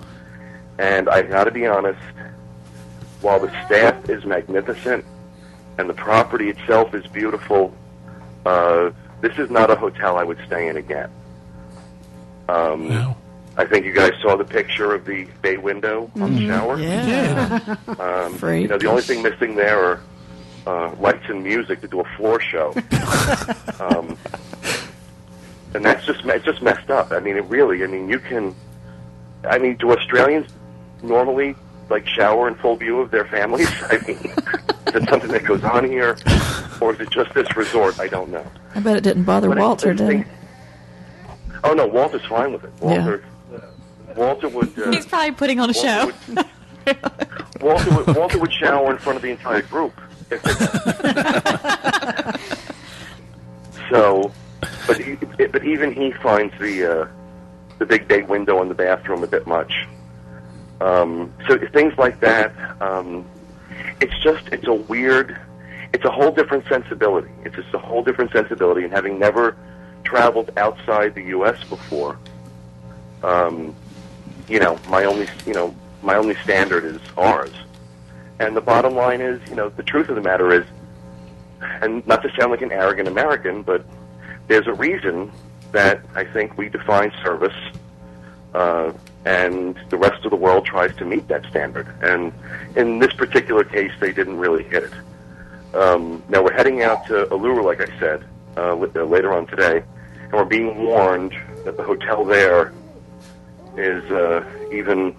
And I got to be honest, while the staff is magnificent and the property itself is beautiful, uh, this is not a hotel I would stay in again. Wow. I think you guys saw the picture of the bay window on the shower. Yeah. Free. You know, the only thing missing there are uh, lights and music to do a floor show. um, and that's just it's just messed up. I mean, it really. I mean, you can. I mean, do Australians normally like shower in full view of their families? I mean, is it something that goes on here, or is it just this resort? I don't know. I bet it didn't bother But I- Walter, I did it? think- Oh no, Walter's fine with it. Yeah. Walter. Walter would. Uh, He's probably putting on a show. would- Walter would, Walter would shower in front of the entire group. so, but he, but even he finds the uh, the big bay window in the bathroom a bit much. Um, so things like that. Um, it's just it's a weird, it's a whole different sensibility. It's just a whole different sensibility. And having never traveled outside the U.S. before, um, you know, my only, you know, my only standard is ours. And the bottom line is, you know, the truth of the matter is, and not to sound like an arrogant American, but there's a reason that I think we define service, uh, and the rest of the world tries to meet that standard. And in this particular case, they didn't really hit it. Um, now we're heading out to Allure, like I said, uh, li- uh, later on today, and we're being warned that the hotel there is uh, even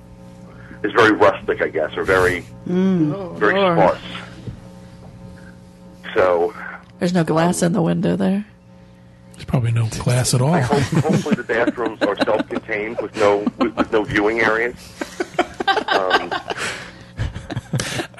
is very rustic, I guess, or very very Lord. sparse. So There's no glass in the window there. There's probably no glass at all. hope, hopefully the bathrooms are self-contained with no with, with no viewing areas.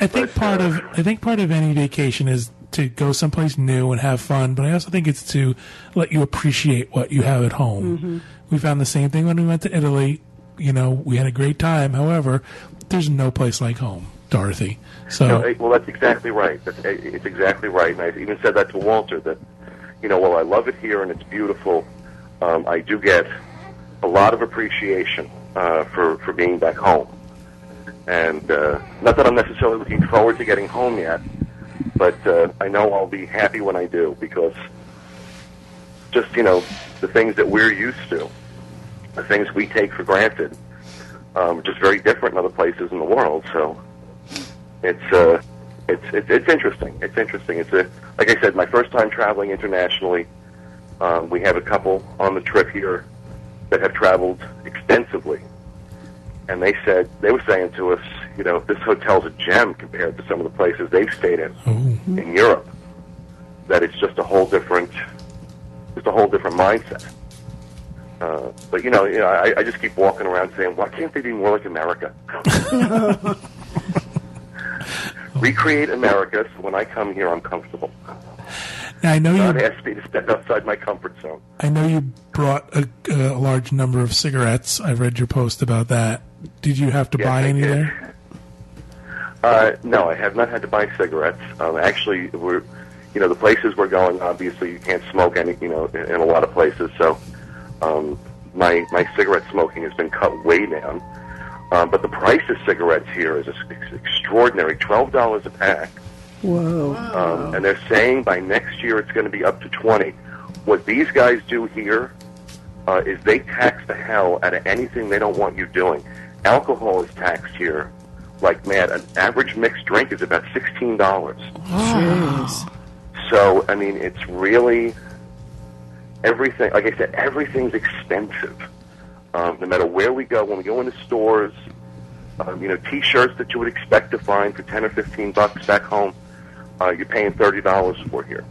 I think part of I think part of any vacation is to go someplace new and have fun, but I also think it's to let you appreciate what you have at home. We found the same thing when we went to Italy. You know, we had a great time. However, there's no place like home, Dorothy. So No, eh, well, that's exactly right. That's, eh, it's exactly right, and I even said that to Walter. That you know, while I love it here and it's beautiful, um, I do get a lot of appreciation uh, for for being back home. And uh, not that I'm necessarily looking forward to getting home yet, but uh, I know I'll be happy when I do because just you know the things that we're used to, the things we take for granted, um, just very different in other places in the world. So it's uh, it's, it's it's interesting. It's interesting. It's a like I said, my first time traveling internationally. Um, we have a couple on the trip here that have traveled extensively, and they said they were saying to us, you know, this hotel's a gem compared to some of the places they've stayed in oh, in Europe. That it's just a whole different, just a whole different mindset. Uh, but you know, you know, I, I just keep walking around saying, why can't they be more like America? Recreate America so when I come here, I'm comfortable. now I know you. God asked me to step outside my comfort zone. I know you brought a, a large number of cigarettes. I read your post about that. Did you have to Yes, buy I any did. there? Uh, no, I have not had to buy cigarettes. Um, actually, we're, you know, the places we're going, obviously, you can't smoke any, you know, in, in a lot of places. So, um, my my cigarette smoking has been cut way down. Um, but the price of cigarettes here is ex- extraordinary twelve dollars a pack. Whoa. Um, and they're saying by next year it's going to be up to 20. What these guys do here uh, is they tax the hell out of anything they don't want you doing. Alcohol is taxed here like mad. An average mixed drink is about $16. Jeez. So, I mean, it's really everything. Like I said, everything's expensive. Um, no matter where we go, when we go into stores, um, you know, T-shirts that you would expect to find for ten or fifteen bucks back home, uh, you're paying thirty dollars for here.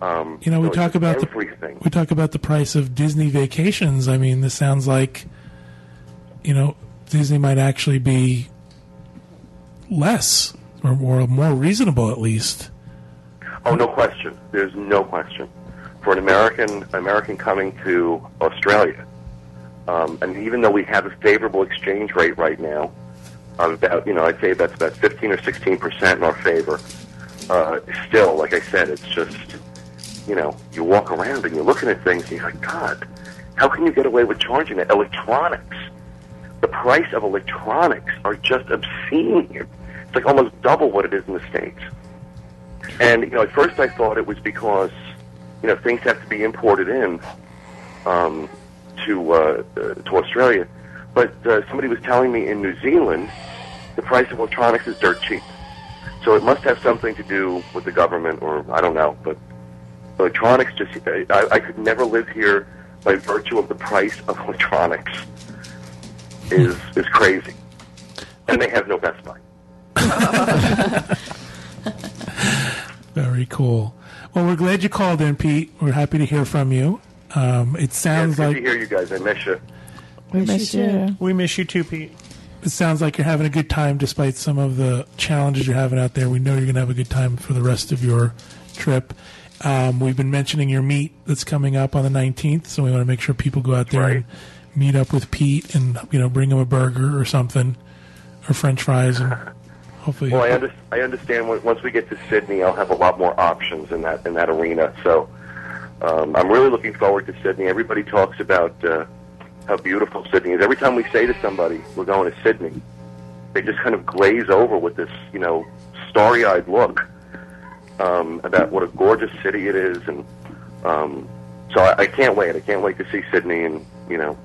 Um, You know, we so it's talk about everything. the we talk about the price of Disney vacations. I mean, this sounds like you know Disney might actually be less or, or more reasonable, at least. Oh, no question. There's no question. For an American, American coming to Australia, um, and even though we have a favorable exchange rate right now, of about you know I'd say that's about 15 or 16 percent in our favor. Uh, still, like I said, it's just you know you walk around and you're looking at things and you're like, God, how can you get away with charging that? Electronics, the price of electronics are just obscene here. It's like almost double what it is in the states. And you know, at first I thought it was because you know things have to be imported in um, to uh, uh, to Australia, but uh, somebody was telling me in New Zealand the price of electronics is dirt cheap. So it must have something to do with the government, or I don't know. But electronics just—I I could never live here by virtue of the price of electronics. Is is crazy, and they have no Best Buy. Very cool. Well, we're glad you called in, Pete. We're happy to hear from you. Um, it Yeah, sounds it's good to like hear you guys. I miss you. We missed you. We miss you too, Pete. it sounds like you're having a good time despite some of the challenges you're having out there. We know you're going to have a good time for the rest of your trip. Um, we've been mentioning your meet that's coming up on the 19th, so we want to make sure people go out there Right. and meet up with Pete and you know bring him a burger or something or French fries and hopefully. Well, I, under- I understand. when- Once we get to Sydney, I'll have a lot more options in that in that arena. So um, I'm really looking forward to Sydney. Everybody talks about uh, how beautiful Sydney is. Every time we say to somebody we're going to Sydney, they just kind of glaze over with this, you know, starry-eyed look um, about what a gorgeous city it is, and um, so I, I can't wait. I can't wait to see Sydney, and you know,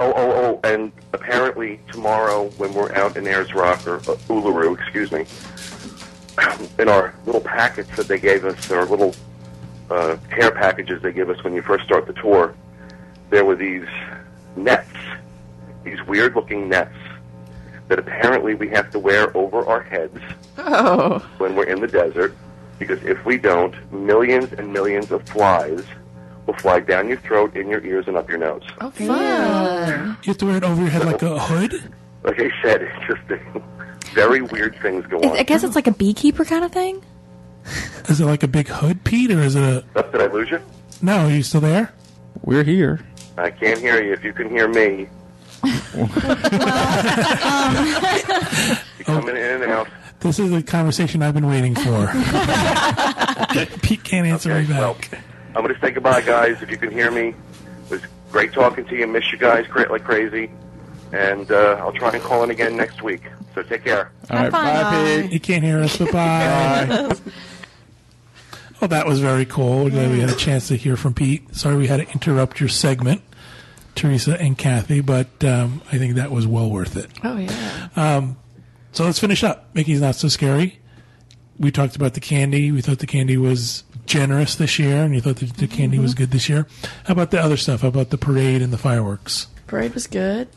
Oh, oh, oh, and apparently tomorrow when we're out in Ayers Rock, or uh, Uluru, excuse me, in our little packets that they gave us, our little uh, care packages they give us when you first start the tour, there were these nets, these weird looking nets that apparently we have to wear over our heads Oh. when we're in the desert because if we don't, millions and millions of flies will fly down your throat, in your ears, and up your nose. Oh, fun. you have to wear it over your head like a hood. like I said, it's just very weird things go I I on. guess it's like a beekeeper kind of thing. Is it like a big hood, Pete, or is it a? Oh, Did I lose you? No, are you still there? We're here. I can't hear you. If you can hear me, you're coming in and out. This is the conversation I've been waiting for. Pete can't answer me Okay, back. well, I'm going to say goodbye, guys. If you can hear me, it was great talking to you. Miss you guys cra- like crazy, and uh, I'll try and call in again next week. So take care. All right, fine. bye, Pete. He can't hear us. Goodbye. Well, that was very cool. We're glad we had a chance to hear from Pete. Sorry we had to interrupt your segment, Teresa and Kathy, but um, I think that was well worth it. Oh, yeah. So let's finish up. Mickey's Not So Scary. We talked about the candy. We thought the candy was generous this year, and you thought the, the candy was Mm-hmm. good this year. How about the other stuff? How about the parade and the fireworks? Parade was good.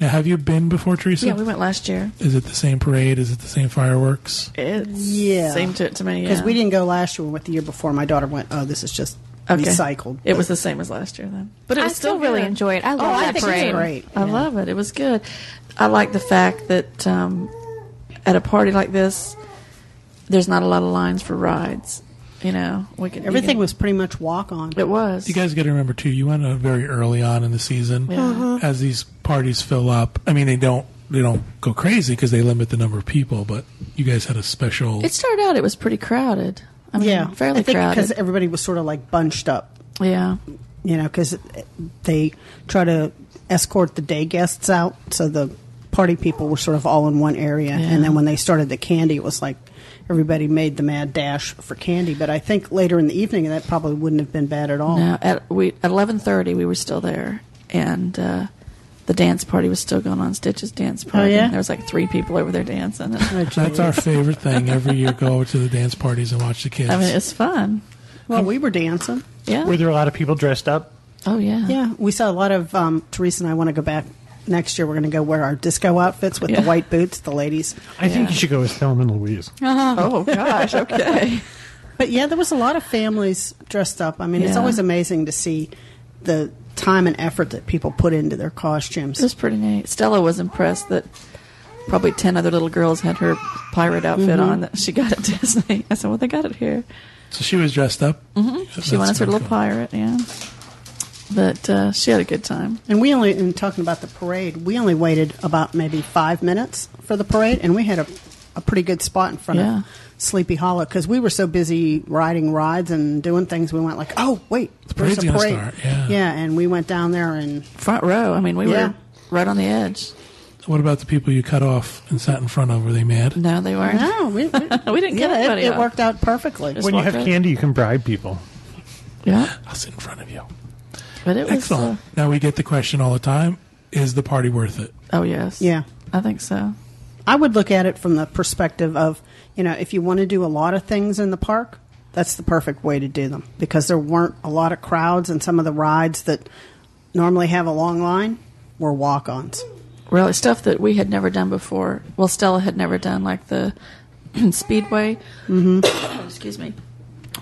Now, have you been before, Teresa? Yeah, we went last year. Is it the same parade? Is it the same fireworks? It Yeah. seemed to it to me. Because yeah. we didn't go last year. We went the year before. My daughter went, oh, this is just Okay. recycled. It was the same as last year, then. But it I was still really good. enjoy it. I love oh, I that think parade. It's Great, I yeah. love it. It was good. I like the fact that um, at a party like this, there's not a lot of lines for rides. You know, we could you Everything can- was pretty much walk on. It was. You guys got to remember too. You went out very early on in the season. Yeah. Uh-huh. As these parties fill up, I mean they don't they don't go crazy because they limit the number of people. But you guys had a special. it started out. It was pretty crowded. I mean, yeah. fairly I think because crowded. everybody was sort of like bunched up. yeah. you know, because they try to escort the day guests out. So the party people were sort of all in one area. And then when they started the candy, it was like everybody made the mad dash for candy. But I think later in the evening, that probably wouldn't have been bad at all. No, at we at eleven thirty we were still there, and uh, the dance party was still going on. Stitch's dance party. Oh, yeah? There was like three people over there dancing. Oh, I gee. That's our favorite thing every year. Go over to the dance parties and watch the kids. mean, it's fun. well, we were dancing. Yeah. Were there a lot of people dressed up? oh yeah. Yeah, we saw a lot of um, Teresa and I want to go back next year. We're going to go wear our disco outfits with Yeah. the white boots, the ladies. I think you should go with Thelma and Louise. Oh gosh. Okay. But yeah, there was a lot of families dressed up. I mean, it's Yeah. always amazing to see the time and effort that people put into their costumes. It was pretty neat. Stella was impressed that probably 10 other little girls had her pirate outfit Mm-hmm. on that she got at Disney. I said, well, they got it here. so she was dressed up. Mm-hmm. She wants her little pirate, yeah. But uh, she had a good time. and we only, in talking about the parade, we only waited about maybe five minutes for the parade, and we had a, a pretty good spot in front Yeah. of Sleepy Hollow because we were so busy riding rides and doing things. We went like, oh wait, there's parade's a gonna parade. start, yeah. and we went down there and Front row. I mean, we Yeah. were right on the edge. What about the people you cut off and sat in front of? Were they mad? No, they weren't. no, Oh, we, we, We didn't get yeah, anybody it, it off. worked out perfectly. Just When you walked have right- candy, you can bribe people. Yeah. I'll sit in front of you. But it was. Uh, Excellent. now we get the question all the time: Is the party worth it? oh, yes. Yeah. I think so. I would look at it from the perspective of, you know, if you want to do a lot of things in the park, that's the perfect way to do them because there weren't a lot of crowds and some of the rides that normally have a long line were walk-ons. really stuff that we had never done before. Well, Stella had never done like the speedway. Mm-hmm. Excuse me.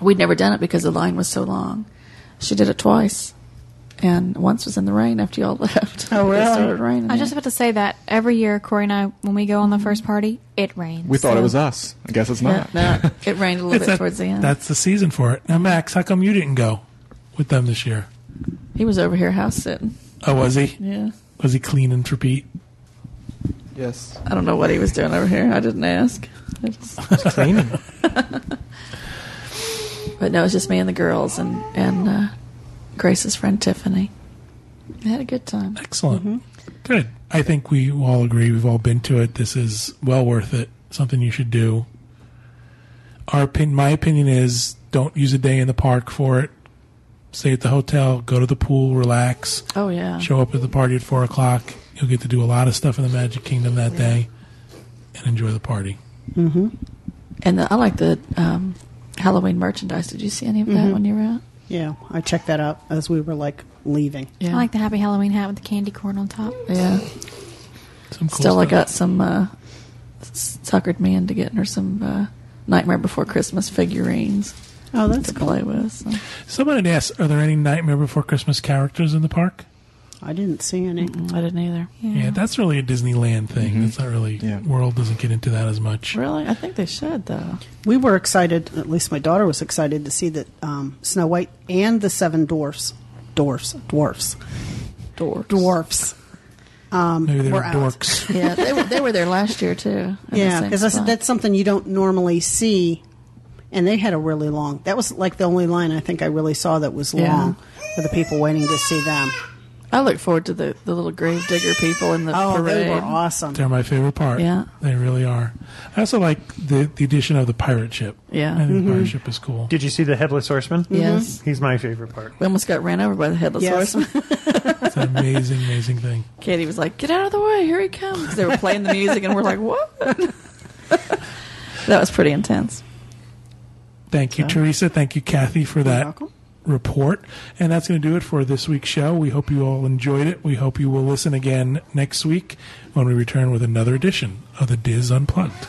We'd never done it because the line was so long. She did it twice, and once was in the rain after y'all left. Oh, It really? started raining. I was just about to say that every year, Corey and I, when we go on the first party, it rains. We thought it was us. I guess it's yeah, not. no, it rained a little bit that- towards the end. That's the season for it. Now, Max, how come you didn't go with them this year? He was over here house sitting. Oh, was he? Yeah, Was he cleaning for Pete? Yes. I don't know what he was doing over here. I didn't ask. I just- Cleaning. but no, it was just me and the girls and and uh, Grace's friend Tiffany. We had a good time. Excellent. Good. I think we all agree. We've all been to it. This is well worth it. Something you should do. Our opinion, my opinion is don't use a day in the park for it. Stay at the hotel, go to the pool, relax, Oh yeah, show up at the party at 4 o'clock. You'll get to do a lot of stuff in the Magic Kingdom that day and enjoy the party. And the, I like the um, Halloween merchandise. Did you see any of that when you were out? Yeah, I checked that out as we were like leaving. Yeah. I like the Happy Halloween hat with the candy corn on top. Yeah. Some cool Still, I stuff. got some uh, s- suckered me into getting her some uh, Nightmare Before Christmas figurines Oh, that's to cool. play with. So. Someone had asked, are there any Nightmare Before Christmas characters in the park? I didn't see any. I didn't either. Yeah, that's really a Disneyland thing. That's not really, Yeah. world doesn't get into that as much. Really? I think they should, though. We were excited, at least my daughter was excited to see that um, Snow White and the Seven Dwarfs, dwarfs, dwarfs, Dorks. dwarfs. Um, Maybe they were were out. dorks. Yeah, they were, they were there last year, too. in the Yeah, same because I said spot. that's something you don't normally see, and they had a really long. That was like the only line I think I really saw that was Yeah. long for the people waiting to see them. I look forward to the, the little grave digger people in the Oh, parade. they were awesome. They're my favorite part. Yeah. they really are. I also like the the addition of the pirate ship. Yeah. I think the pirate ship is cool. Did you see the headless horseman? Yes. He's my favorite part. We almost got ran over by the headless Yes. horseman. It's an amazing, amazing thing. Katie was like, "Get out of the way! Here he comes!" They were playing the music, and we're like, "What?" that was pretty intense. Thank you, Teresa. Thank you, Kathy, for that welcome. report. And that's going to do it for this week's show. We hope you all enjoyed it. We hope you will listen again next week when we return with another edition of the Diz Unplugged.